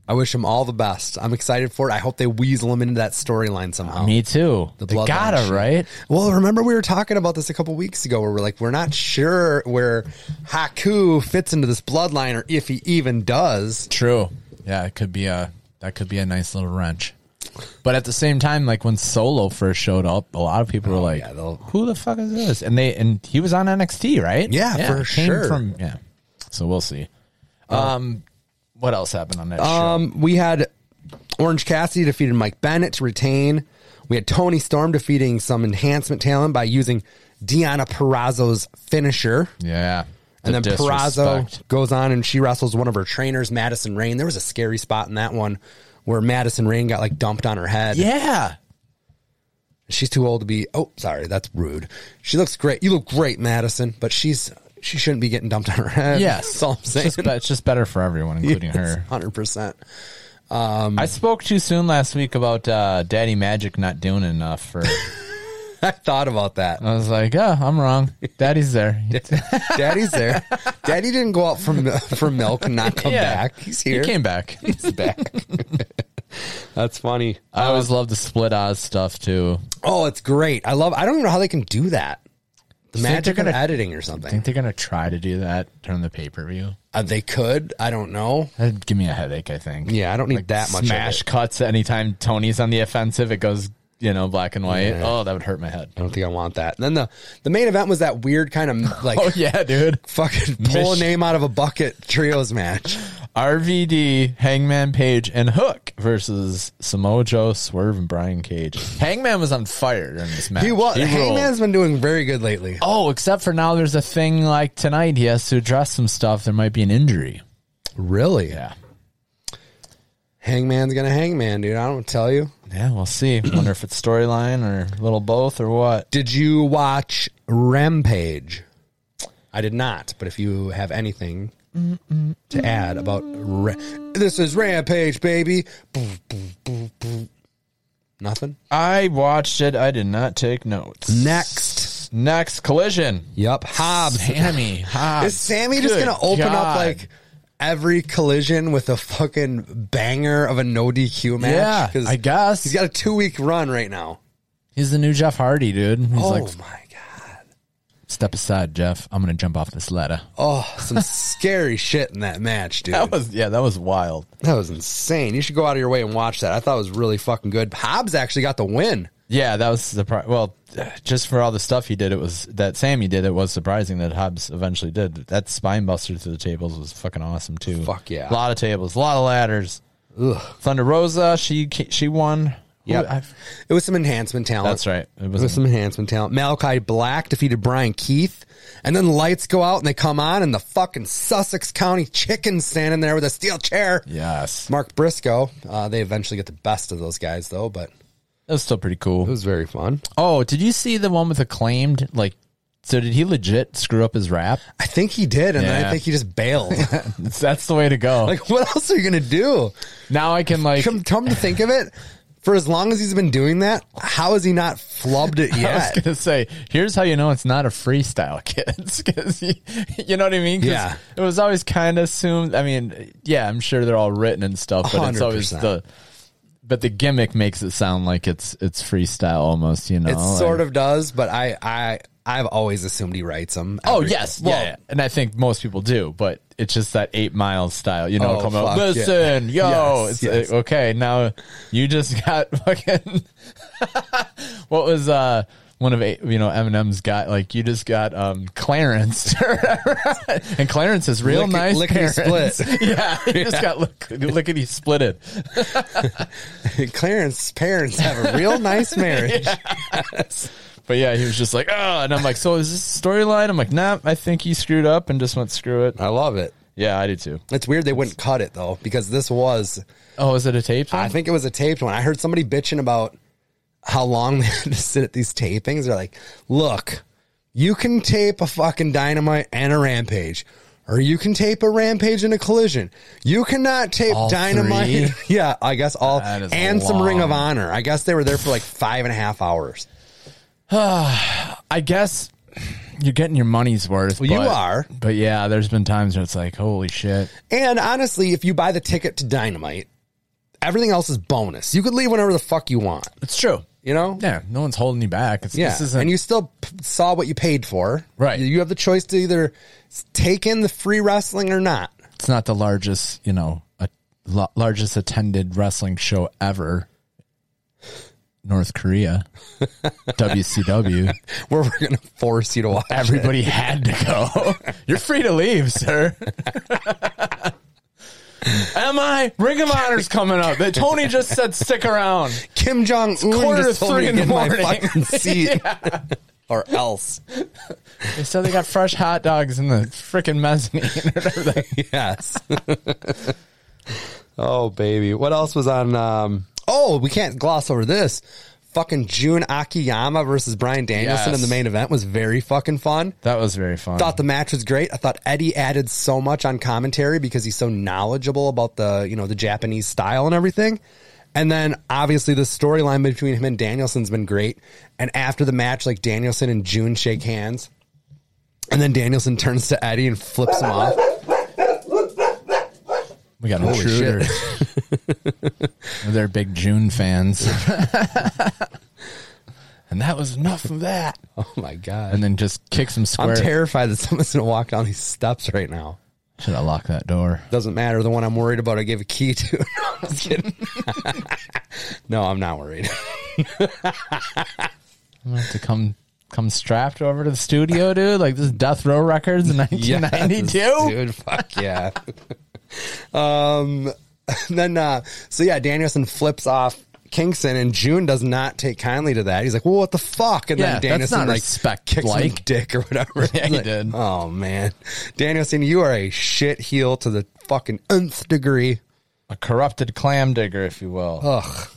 A: I wish him all the best. I'm excited for it. I hope they weasel him into that storyline somehow.
B: Me too.
A: The
B: they
A: bloodline
B: gotta
A: shit.
B: right.
A: Well, remember we were talking about this a couple weeks ago where we're like, we're not sure where Haku fits into this bloodline or if he even does.
B: True. Yeah, it could be a that could be a nice little wrench. But at the same time, like when Solo first showed up, a lot of people were like,
A: Oh, yeah, they'll-
B: "Who the fuck is this?" And they and he was on NXT, right?
A: Yeah, for
B: came
A: sure. Uh,
B: From yeah, so we'll see. Um, what else happened on that show?
A: Um, we had Orange Cassidy defeated Mike Bennett to retain. We had Tony Storm defeating some enhancement talent by using Deanna Perrazzo's finisher.
B: Yeah,
A: And
B: The
A: then Perazzo
B: disrespect.
A: goes on and she wrestles one of her trainers, Madison Rain. There was a scary spot in that one where Madison Rain got like dumped on her head.
B: Yeah.
A: She's too old to be. Oh, sorry, that's rude. She looks great. You look great, Madison, but she's she shouldn't be getting dumped on her head.
B: Yes.
A: that's all I'm saying.
B: It's just, be- it's just better for everyone, including her.
A: hundred percent. Um,
B: I spoke too soon last week about uh, Daddy Magic not doing enough for.
A: I thought about that.
B: I was like, oh, I'm wrong. Daddy's there.
A: Daddy's there. Daddy didn't go out for mil- for milk and not come
B: Yeah.
A: back. He's here.
B: He came back.
A: He's back. that's funny.
B: I always love the split Oz stuff too.
A: Oh, it's great. I love. I don't even know how they can do that. The
B: You think
A: magic
B: they're
A: of
B: gonna-
A: editing or
B: I
A: something.
B: think they're gonna try to do that during the pay per view.
A: Uh, they could. I don't know.
B: That'd give me a headache. I think.
A: Yeah, I don't need that much. of
B: Smash
A: it.
B: cuts anytime Tony's on the offensive. It goes, you know, black and white. Oh, that would hurt my head.
A: I don't think I want that. And then the the main event was that weird kind of like
B: Oh yeah, dude.
A: fucking pull a
B: Mish-
A: name out of a bucket trios match.
B: RVD, Hangman Page, and Hook versus Samoa Joe, Swerve, and Brian Cage. Hangman was on fire during this match.
A: He was.
B: ruled.
A: Hangman's been doing very good lately.
B: Oh, except for now, there's a thing like tonight. He has to address some stuff. There might be an injury.
A: Really?
B: Yeah.
A: Hangman's gonna hangman, dude. I don't tell you.
B: Yeah, we'll see. Wonder if it's storyline or a little both or what.
A: Did you watch Rampage? I did not, but if you have anything to add about ra- this is Rampage, baby. Boom, boom, boom, boom. Nothing.
B: I watched it. I did not take notes.
A: Next.
B: Next collision.
A: Yup. Hobbs.
B: Ah, Sammy. Hobbs.
A: Is Sammy just
B: Good
A: gonna open up
B: God.
A: like every collision with a fucking banger of a no DQ match?
B: Yeah,
A: 'Cause
B: I guess.
A: he's got a two week run right now.
B: He's the new Jeff Hardy, dude. He's
A: oh
B: like,
A: my god!
B: step aside, Jeff. I'm gonna jump off this ladder.
A: Oh, some scary shit in that match, dude.
B: That was yeah, that was wild.
A: That was insane. You should go out of your way and watch that. I thought it was really fucking good. Hobbs actually got the win.
B: Yeah, that was surpri- well, just for all the stuff he did, it was that Sammy did. It was surprising that Hobbs eventually did. That spine buster through the tables was fucking awesome too.
A: Fuck yeah.
B: a lot of tables, a lot of ladders. Thunder Rosa, she ca- she won.
A: Yep.
B: Ooh, I've-
A: It was some enhancement talent.
B: that's right. It
A: It was
B: was
A: some enhancement talent. Malachi Black defeated Brian Keith. And then the lights go out and they come on and the fucking Sussex County chicken standing there with a steel chair.
B: yes,
A: Mark Briscoe. Uh, they eventually get the best of those guys though, but it
B: that was still pretty cool.
A: was very fun.
B: Oh, did you see the one with acclaimed? Like, so did he legit screw up his rap?
A: I think he did, and then I
B: Yeah.
A: think he just bailed.
B: that's the way to go.
A: like, what else are you gonna do?
B: now I can like
A: Come, come to think of it, for as long as he's been doing that, how has he not flubbed it
B: I was
A: yet?
B: gonna say, here's how you know it's not a freestyle, kids, because you, you know what I mean. 'Cause
A: Yeah.
B: it was always kind of assumed. I mean, yeah, I'm sure they're all written and stuff, but it's always
A: 100%.
B: the, but the gimmick makes it sound like it's it's freestyle almost. You know,
A: It sort of does, but I, I, I've always assumed he writes them.
B: Oh
A: Every-
B: yes, well,
A: yeah.
B: and I think most people do, but it's just that eight miles style, you know.
A: Oh,
B: come out,
A: fuck, yeah.
B: listen, yo,
A: Yes,
B: it's like,
A: yes.
B: okay. Now you just got fucking. what was uh one of eight, you know Eminem's got like you just got um Clarence or whatever. and Clarence is real
A: Lick-
B: nice.
A: lickety
B: parents.
A: split.
B: yeah, you just got look lickety split it.
A: Clarence parents have a real nice marriage.
B: But yeah, he was just like, oh, and I'm like, so is this a storyline? I'm like, nah, I think he screwed up and just went screw it.
A: I love it.
B: Yeah, I did too.
A: It's weird they wouldn't cut it though, because this was
B: Oh, is it a tape? thing?
A: I think it was a taped one. I heard somebody bitching about how long they had to sit at these tapings. They're like, look, you can tape a fucking dynamite and a rampage. Or you can tape a rampage and a collision. You cannot tape
B: All
A: dynamite. yeah, I guess all
B: That is
A: and some ring of
B: long.
A: honor. I guess they were there for like five and a half hours.
B: I guess you're getting your money's worth.
A: Well, you
B: but-
A: are.
B: But yeah, there's been times where it's like, holy shit.
A: And honestly, if you buy the ticket to dynamite, everything else is bonus. You could leave whenever the fuck you want.
B: It's true.
A: You know?
B: Yeah, no one's holding you back. It's,
A: Yeah,
B: This isn't,
A: and you still p- saw what you paid for.
B: Right.
A: You have the choice to either s- take in the free wrestling or not.
B: it's not the largest, you know, a, la- largest attended wrestling show ever. North Korea, WCW.
A: Where we're going to force you to watch.
B: Everybody had to go. You're free to leave, sir. Am I? Ring of Honor's coming up. Tony just said stick around.
A: Kim Jong Un
B: quarter
A: just
B: to
A: told me
B: three
A: to
B: in the
A: get in my
B: morning.
A: fucking seat. or else.
B: They said they got fresh hot dogs in the freaking mezzanine. or whatever they-
A: Yes. oh baby, what else was on? Um, oh, we can't gloss over this. Fucking Jun Akiyama versus Brian Danielson in
B: Yes.
A: the main event was very fucking fun.
B: that was very fun.
A: Thought the match was great. I thought Eddie added so much on commentary because he's so knowledgeable about the you know the Japanese style and everything. And then obviously the storyline between him and Danielson's been great. And after the match, like Danielson and June shake hands, and then Danielson turns to Eddie and flips him off.
B: we got
A: Holy
B: intruders. They're big June fans. and that was enough of that.
A: Oh my god!
B: And then just kick some square.
A: I'm terrified that someone's gonna walk down these steps right now.
B: Should I lock that door?
A: Doesn't matter. The one I'm worried about, I gave a key to. No, I'm just kidding. no, I'm not worried.
B: I'm gonna have to come come strapped over to the studio, dude. Like this is Death Row Records in 1992.
A: dude. Fuck yeah. um, then uh, so yeah, Danielson flips off Kingston, and June does not take kindly to that. He's like, "Well, what the fuck?" And
B: Yeah,
A: then
B: that's
A: Danielson
B: not
A: like
B: respect,
A: kicks him in the
B: like.
A: dick or whatever.
B: Yeah, he
A: Like,
B: did.
A: Oh man, Danielson, you are a shit heel to the fucking nth degree.
B: A corrupted clam digger, if you will.
A: Ugh,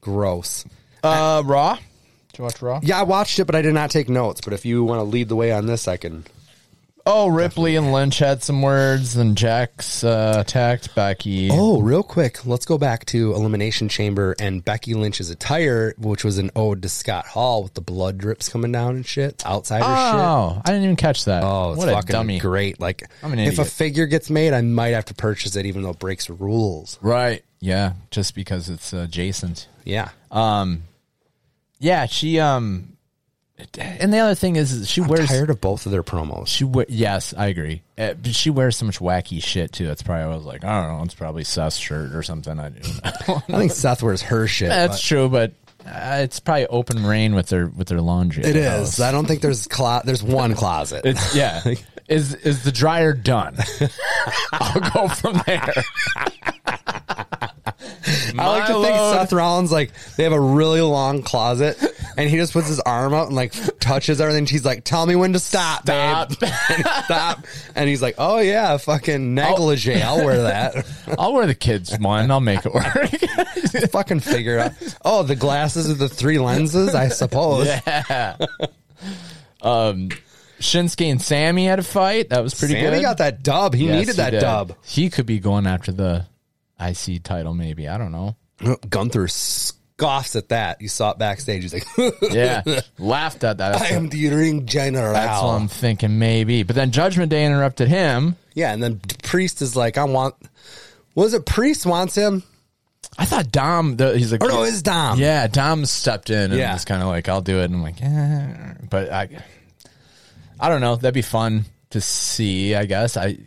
A: gross.
B: Uh, Raw. Did you watch Raw?
A: Yeah, I watched it, but I did not take notes. But if you want to lead the way on this, I can.
B: Oh, Ripley and Lynch had some words, and Jax uh, attacked Becky.
A: Oh, real quick, let's go back to Elimination Chamber and Becky Lynch's attire, which was an ode to Scott Hall with the blood drips coming down and shit, outsider shit.
B: Oh, I didn't even catch that.
A: Oh, it's
B: what a
A: fucking
B: dummy!
A: great. Like,
B: I'm an
A: if a
B: idiot.
A: figure gets made, I might have to purchase it, even though it breaks rules.
B: Right? Yeah, just because it's adjacent.
A: Yeah.
B: Yeah, she um, and the other thing is, is she
A: I'm
B: wears
A: tired of both of their promos.
B: She we- yes, I agree. Uh, but she wears so much wacky shit too. That's probably I was like, I don't know. It's probably Seth's shirt or something. I do.
A: I think Seth wears her shit.
B: That's true, but uh, it's probably open rain with their with their laundry.
A: it is. I don't think there's clo- there's one closet.
B: It's yeah. is is the dryer done? I'll go from there.
A: I like to think Seth Rollins like they have a really long closet, and he just puts his arm out and like touches everything. She's like, "Tell me when to stop, babe." and he stop, and he's like, "Oh yeah, fucking negligee. I'll wear that.
B: I'll wear the kids one. I'll make it work.
A: fucking figure it out. Oh, the glasses with the three lenses, I suppose.
B: Um, Shinsuke and Sammy had a fight. That was pretty
A: Sammy
B: good.
A: got that dub. He
B: Yes,
A: needed
B: he
A: that
B: did.
A: dub.
B: He could be going after the IC title, maybe. I don't know.
A: Gunther scoffs at that. You saw it backstage. He's like,
B: Yeah, laughed at that.
A: "I am the ring general."
B: That's what I'm thinking, maybe. But then Judgment Day interrupted him.
A: yeah, and then Priest is like, "I want." Was it Priest wants him?
B: I thought Dom, the, he's like,
A: Or Oh, no, it's Dom.
B: yeah, Dom stepped in and
A: Yeah.
B: was kind of like, I'll do it. And I'm like, eh. but I, I don't know. That'd be fun to see, I guess. I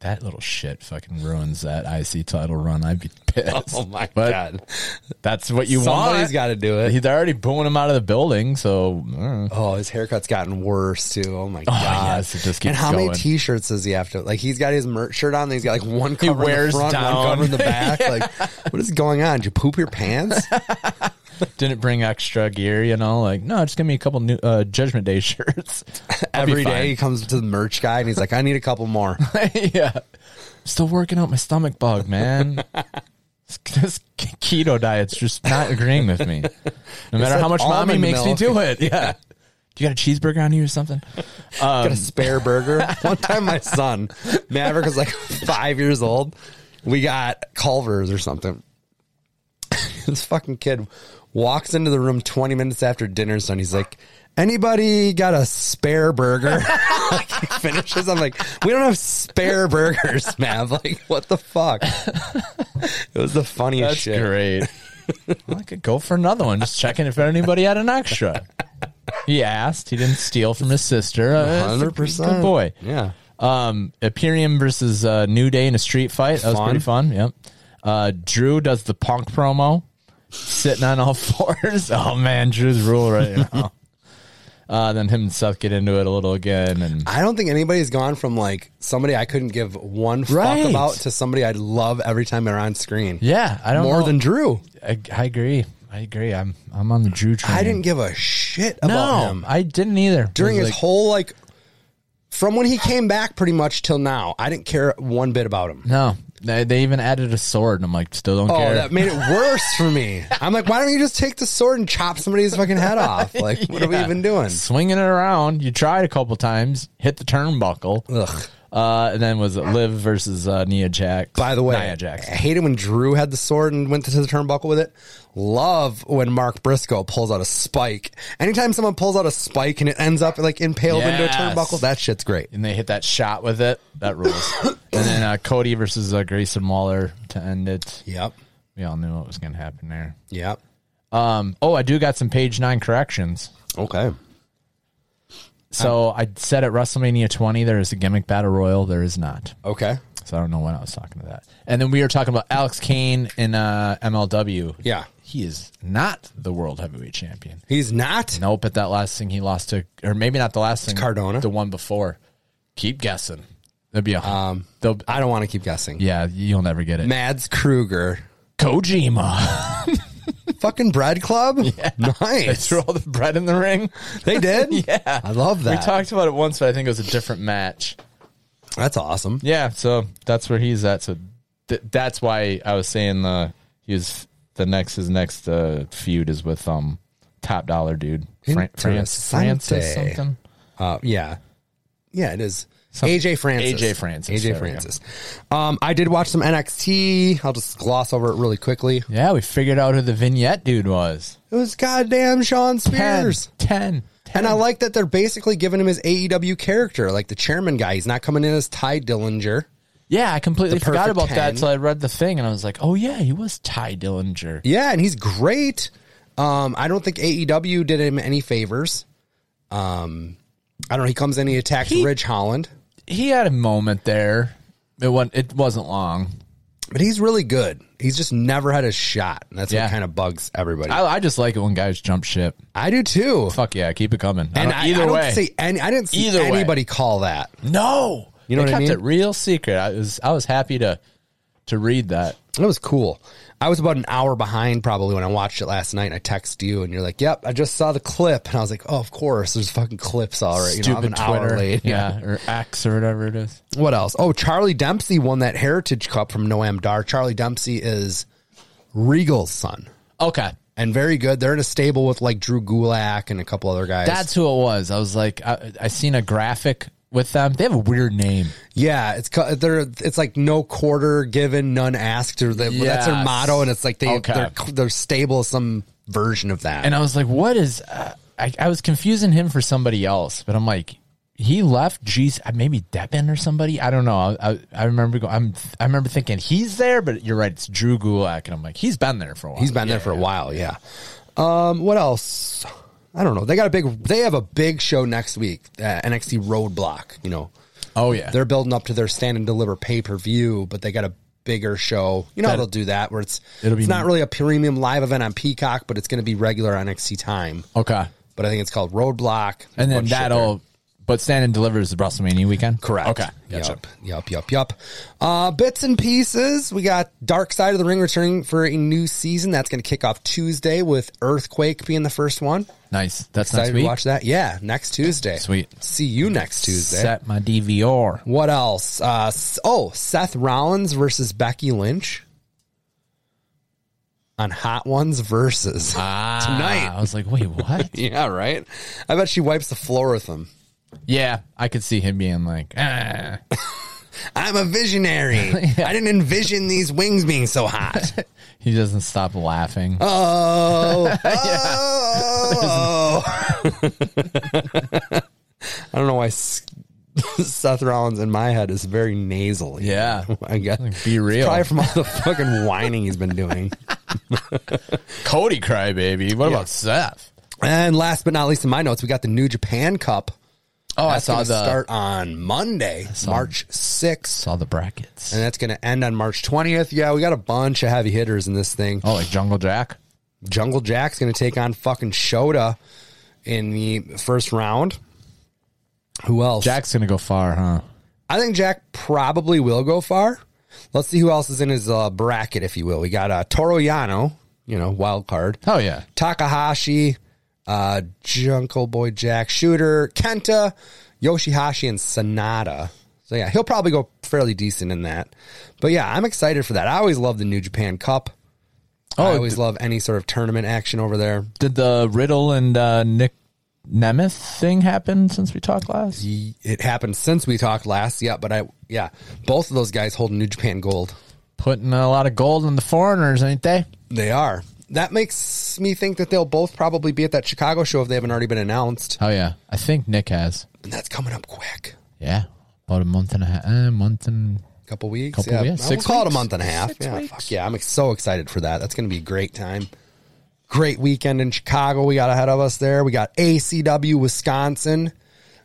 B: that little shit fucking ruins that IC title run. I'd be pissed.
A: Oh my
B: But
A: god!
B: that's what you
A: Somebody's
B: want.
A: got to do it.
B: He's already booing him out of the building, so uh, I don't know.
A: Oh, his haircut's gotten worse too. Oh my god!
B: yes, it just keeps
A: and how
B: going.
A: many T-shirts does he have to? Like he's got his merch shirt on. Then he's got like one cover
B: wears
A: in the front,
B: down.
A: one cover in the back. Like what is going on? Did you poop your pants?
B: didn't bring extra gear, you know. Like, no, just give me a couple new uh, Judgment Day shirts I'll be
A: Every
B: fine.
A: day he comes to the merch guy and he's like, "I need a couple more."
B: yeah. Still working out my stomach bug, man. This- this keto diet's just not agreeing with me. No matter how much mommy
A: almond
B: makes me
A: milk.
B: do it. Yeah. Do you got a cheeseburger on you or something? Um,
A: got a spare burger. One time, my son Maverick was like five years old. We got Culver's or something. this fucking kid walks into the room twenty minutes after dinner, son. He's like, "Anybody got a spare burger?" like he finishes. I'm like, "We don't have spare burgers, Mav. Like, what the fuck?" it was the funniest shit.
B: great. Well, I could go for another one, just checking if anybody had an extra. He asked. He didn't steal from his sister. Uh, that's a
A: Hundred percent,
B: Good boy.
A: Yeah.
B: Um, Imperium versus uh, New Day in a street fight. That was
A: Fun.
B: pretty fun. Yep. Uh, Drew does the punk promo, sitting on all fours. Oh man, Drew's rule right now. uh, then him and Seth get into it a little again, and
A: I don't think anybody's gone from like somebody I couldn't give one fuck
B: Right.
A: about to somebody I'd love every time they're on screen.
B: yeah, I don't
A: More
B: know.
A: than Drew.
B: I, I agree. I agree. I'm I'm on the Drew train.
A: I didn't give a shit about
B: No,
A: him
B: I didn't either.
A: during
B: It was
A: his
B: like-
A: whole like from when he came back pretty much till now. I didn't care one bit about him.
B: No, they, they even added a sword, and I'm like, still don't
A: Oh,
B: care.
A: that made it worse for me. I'm like, why don't you just take the sword and chop somebody's fucking head off? Like, what are we
B: Yeah.
A: even doing?
B: Swinging it around. You tried a couple times, hit the turnbuckle.
A: Ugh.
B: Uh, and then was it Liv versus uh, Nia Jax?
A: By the way,
B: Nia
A: I
B: Jax.
A: hated when Drew had the sword and went to the turnbuckle with it. Love when Mark Briscoe pulls out a spike. Anytime someone pulls out a spike and it ends up like impaled into a
B: Yes.
A: turnbuckle, that shit's great.
B: And they hit that shot with it. That rules. and then uh, Cody versus uh, Grayson Waller to end it.
A: Yep.
B: We all knew what was going to happen there.
A: Yep.
B: Um, oh, I do got some page nine corrections.
A: Okay.
B: So I said at WrestleMania 20, there is a gimmick battle royal. There is not.
A: Okay.
B: So I don't know when I was talking to that. And then we were talking about Alex Kane in uh, MLW.
A: Yeah.
B: He is not the world heavyweight champion.
A: He's not.
B: Nope, at that last thing he lost to, or maybe not the last thing.
A: Cardona.
B: The one before. Keep guessing. There'll be a.
A: Uh,
B: Um, they'll,
A: I don't want to keep guessing.
B: yeah, you'll never get it.
A: Mads Kruger.
B: Kojima.
A: Fucking Bread Club?
B: they
A: Nice.
B: threw all the bread in the ring.
A: They did? yeah. I love
B: We
A: that.
B: talked about it once, but I think it was a different match.
A: That's awesome.
B: Yeah, so that's where he's at. So th- that's why I was saying the he was the next his next uh, feud is with um top dollar dude Fran- France Francis
A: Interessante.
B: something.
A: Uh, yeah. Yeah, it is.
B: Some-
A: AJ Francis.
B: AJ Francis, there
A: AJ
B: we
A: Francis. Um, I did watch some NXT. I'll just gloss over it really quickly. It
B: Yeah, we figured out who the vignette dude was.
A: was goddamn Sean Spears.
B: Ten.
A: And I like that they're basically giving him his AEW character, like the chairman guy. He's not coming in as Ty Dillinger.
B: Yeah, I completely
A: The
B: forgot
A: perfect
B: about
A: 10.
B: that till I read the thing and I was like, oh yeah, he was Ty Dillinger.
A: Yeah, and he's great. Um, I don't think AEW did him any favors. Um, I don't know. He comes in, he attacks
B: He-
A: Ridge Holland,
B: He had a moment there. It wasn't. It wasn't long.
A: but he's really good. He's just never had a shot. And that's
B: Yeah.
A: what kind of bugs everybody.
B: I,
A: I,
B: I just like it when guys jump ship.
A: do too.
B: Fuck yeah, keep it coming. I
A: And
B: don't-
A: I,
B: either
A: I don't
B: way,
A: see any, I didn't see
B: Either way.
A: anybody call that.
B: No,
A: You know
B: they
A: what I
B: kept
A: mean?
B: it real secret. I was I was happy to to read that.
A: That was cool. I was about an hour behind probably when I watched it last night. And I texted you, and you're like, "Yep, I just saw the clip," and I was like, "Oh, of course, there's fucking clips already." You know, I'm an hour late.
B: yeah, or X or whatever it is.
A: What else? Oh, Charlie Dempsey won that Heritage Cup from Noam Dar. Charlie Dempsey is Regal's son
B: Okay,
A: and very good. They're in a stable with like Drew Gulak and a couple other guys.
B: that's who it was. I was like, I, I seen a graphic with them. They have a weird name.
A: yeah, it's co- they're it's like no quarter given, none asked. Or they, That's their
B: Yes.
A: motto, and it's like they
B: Okay.
A: they're, they're stable is some version of that.
B: And I was like, what is. Uh, I, I was confusing him for somebody else, but I'm like, he left. Jeez, uh, maybe Deppin or somebody. I don't know. I, I, I remember going. I'm. I remember thinking he's there, but you're right. It's Drew Gulak, and I'm like, he's been there for a while.
A: He's been there for a while, yeah. Um, what else? I don't know. They got a big. They have a big show next week. Uh, NXT Roadblock. You know,
B: Oh yeah,
A: they're building up to their stand and deliver pay per view, but they got a bigger show. You know, how
B: That-
A: they'll do that where it's
B: It'll be-
A: it's not really a premium live event on Peacock, but it's going to be regular NXT time.
B: okay.
A: But I think it's called Roadblock,
B: And then
A: Bunch of shit there.
B: that'll, but Stand and Deliver is the WrestleMania weekend?
A: Correct.
B: Okay. Gotcha.
A: Yup. Yup. Yup. Yup. Uh, bits and pieces. We got Dark Side of the Ring returning for a new season. That's going to kick off Tuesday with Earthquake being the first one.
B: Nice. That's
A: Excited
B: next
A: to
B: week.
A: watch that. Yeah, next Tuesday.
B: Sweet.
A: See you next Tuesday.
B: Set my DVR.
A: What else? Uh, S- oh, Seth Rollins versus Becky Lynch on Hot Ones versus
B: Ah,
A: tonight.
B: I was like, wait, what?
A: Yeah, right. I bet she wipes the floor with him.
B: yeah, I could see him being like, ah.
A: I'm a visionary. I didn't envision these wings being so hot.
B: he doesn't stop laughing.
A: Oh, oh. I don't know why S- Seth Rollins in my head is very nasal.
B: yeah.
A: I guess.
B: Be real.
A: Probably from all the fucking whining he's been doing.
B: Cody crybaby. What about Seth?
A: And last but not least, in my notes, we got the New Japan Cup.
B: Oh, I
A: That's
B: saw
A: gonna
B: the
A: start on Monday, March sixth,
B: saw the brackets.
A: and that's going to end on March twentieth. Yeah, we got a bunch of heavy hitters in this thing.
B: Oh, like Jungle Jack?
A: Jungle Jack's going to take on fucking Shota in the first round. Who else?
B: Jack's going to go far, huh?
A: I think Jack probably will go far. Let's see who else is in his uh, bracket, if you will. We got uh, Toro Yano. you know, wild card.
B: Oh yeah.
A: Takahashi, uh, Jungle Boy Jack Shooter, Kenta, Yoshihashi, and Sonata. So yeah, he'll probably go fairly decent in that. But yeah, I'm excited for that. I always love the New Japan Cup. I
B: Oh,
A: always love any sort of tournament action over there.
B: Did the Riddle and uh, Nick Nemeth thing happen since we talked last?
A: It happened since we talked last. Yeah, but I yeah, both of those guys hold New Japan Gold.
B: Putting a lot of gold on the foreigners, ain't they?
A: They are. That makes me think that they'll both probably be at that Chicago show if they haven't already been announced.
B: Oh yeah. I think Nick has.
A: And that's coming up quick.
B: Yeah. About a month and a half. Uh, month and
A: couple weeks.
B: Couple-
A: yeah,
B: yeah,
A: Well,
B: six
A: we'll call it a
B: weeks.
A: month and a half. yeah, fuck yeah, I'm ex- so excited for that. That's going to be a great time. Great weekend in Chicago. We got ahead of us there. We got ACW Wisconsin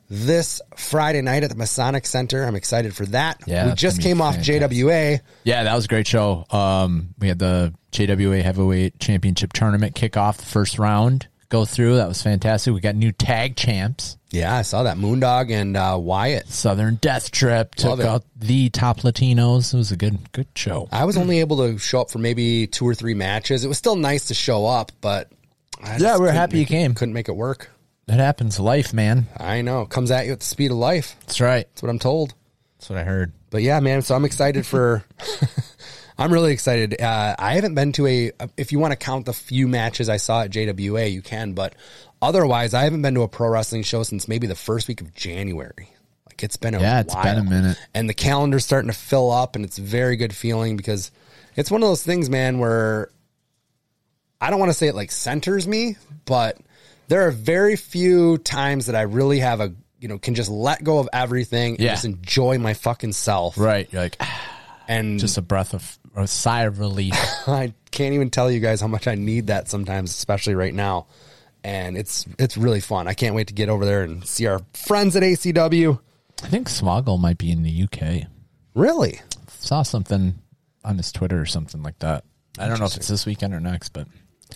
A: this Friday night at the Masonic Center. I'm excited for that.
B: Yeah,
A: we
B: that's
A: just
B: gonna be
A: came off
B: fantastic.
A: JWA.
B: Yeah, that was a great show. Um, we had the JWA Heavyweight Championship Tournament kick off the first round go through. That was fantastic. We got new tag champs.
A: Yeah, I saw that Moondog and uh, Wyatt.
B: Southern Death Trip
A: Love it.
B: took out the top Latinos. It was a good good show.
A: I was only able to show up for maybe two or three matches. It was still nice to show up, but I just
B: Yeah, we're
A: couldn't
B: happy you
A: make it-
B: came.
A: Couldn't make it work.
B: That happens to life, man.
A: I know. Comes at you at the speed of life.
B: That's right.
A: That's what I'm told.
B: That's what I heard.
A: but yeah, man. So I'm excited for. I'm really excited. Uh, I haven't been to a. If you want to count the few matches I saw at JWA, you can. But otherwise, I haven't been to a pro wrestling show since maybe the first week of January. Like it's been a
B: Yeah, it's
A: while.
B: been a minute.
A: and the calendar's starting to fill up, and it's a very good feeling because it's one of those things, man, where I don't want to say it like centers me, but there are very few times that I really have a you know can just let go of everything and
B: Yeah.
A: just enjoy my fucking self.
B: Right. You're like ah,
A: And
B: just a breath of a sigh of relief.
A: I can't even tell you guys how much I need that sometimes, especially right now. And it's it's really fun. I can't wait to get over there and see our friends at ACW.
B: I think Smoggle might be in the UK.
A: Really?
B: Saw something on his Twitter or something like that. I don't know if it's this weekend or next, but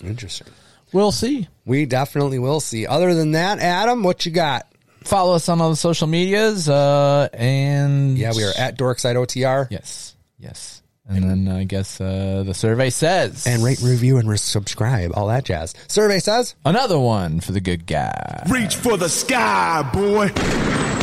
A: Interesting.
B: we'll see.
A: We definitely will see. Other than that, Adam, what you got?
B: follow us on all the social medias uh and
A: Yeah, we are at Dorkside OTR.
B: yes yes and then i guess uh the survey says
A: And rate, review, and re- subscribe. All that jazz. Survey says.
B: another one for the good guy
G: Reach for the sky, boy.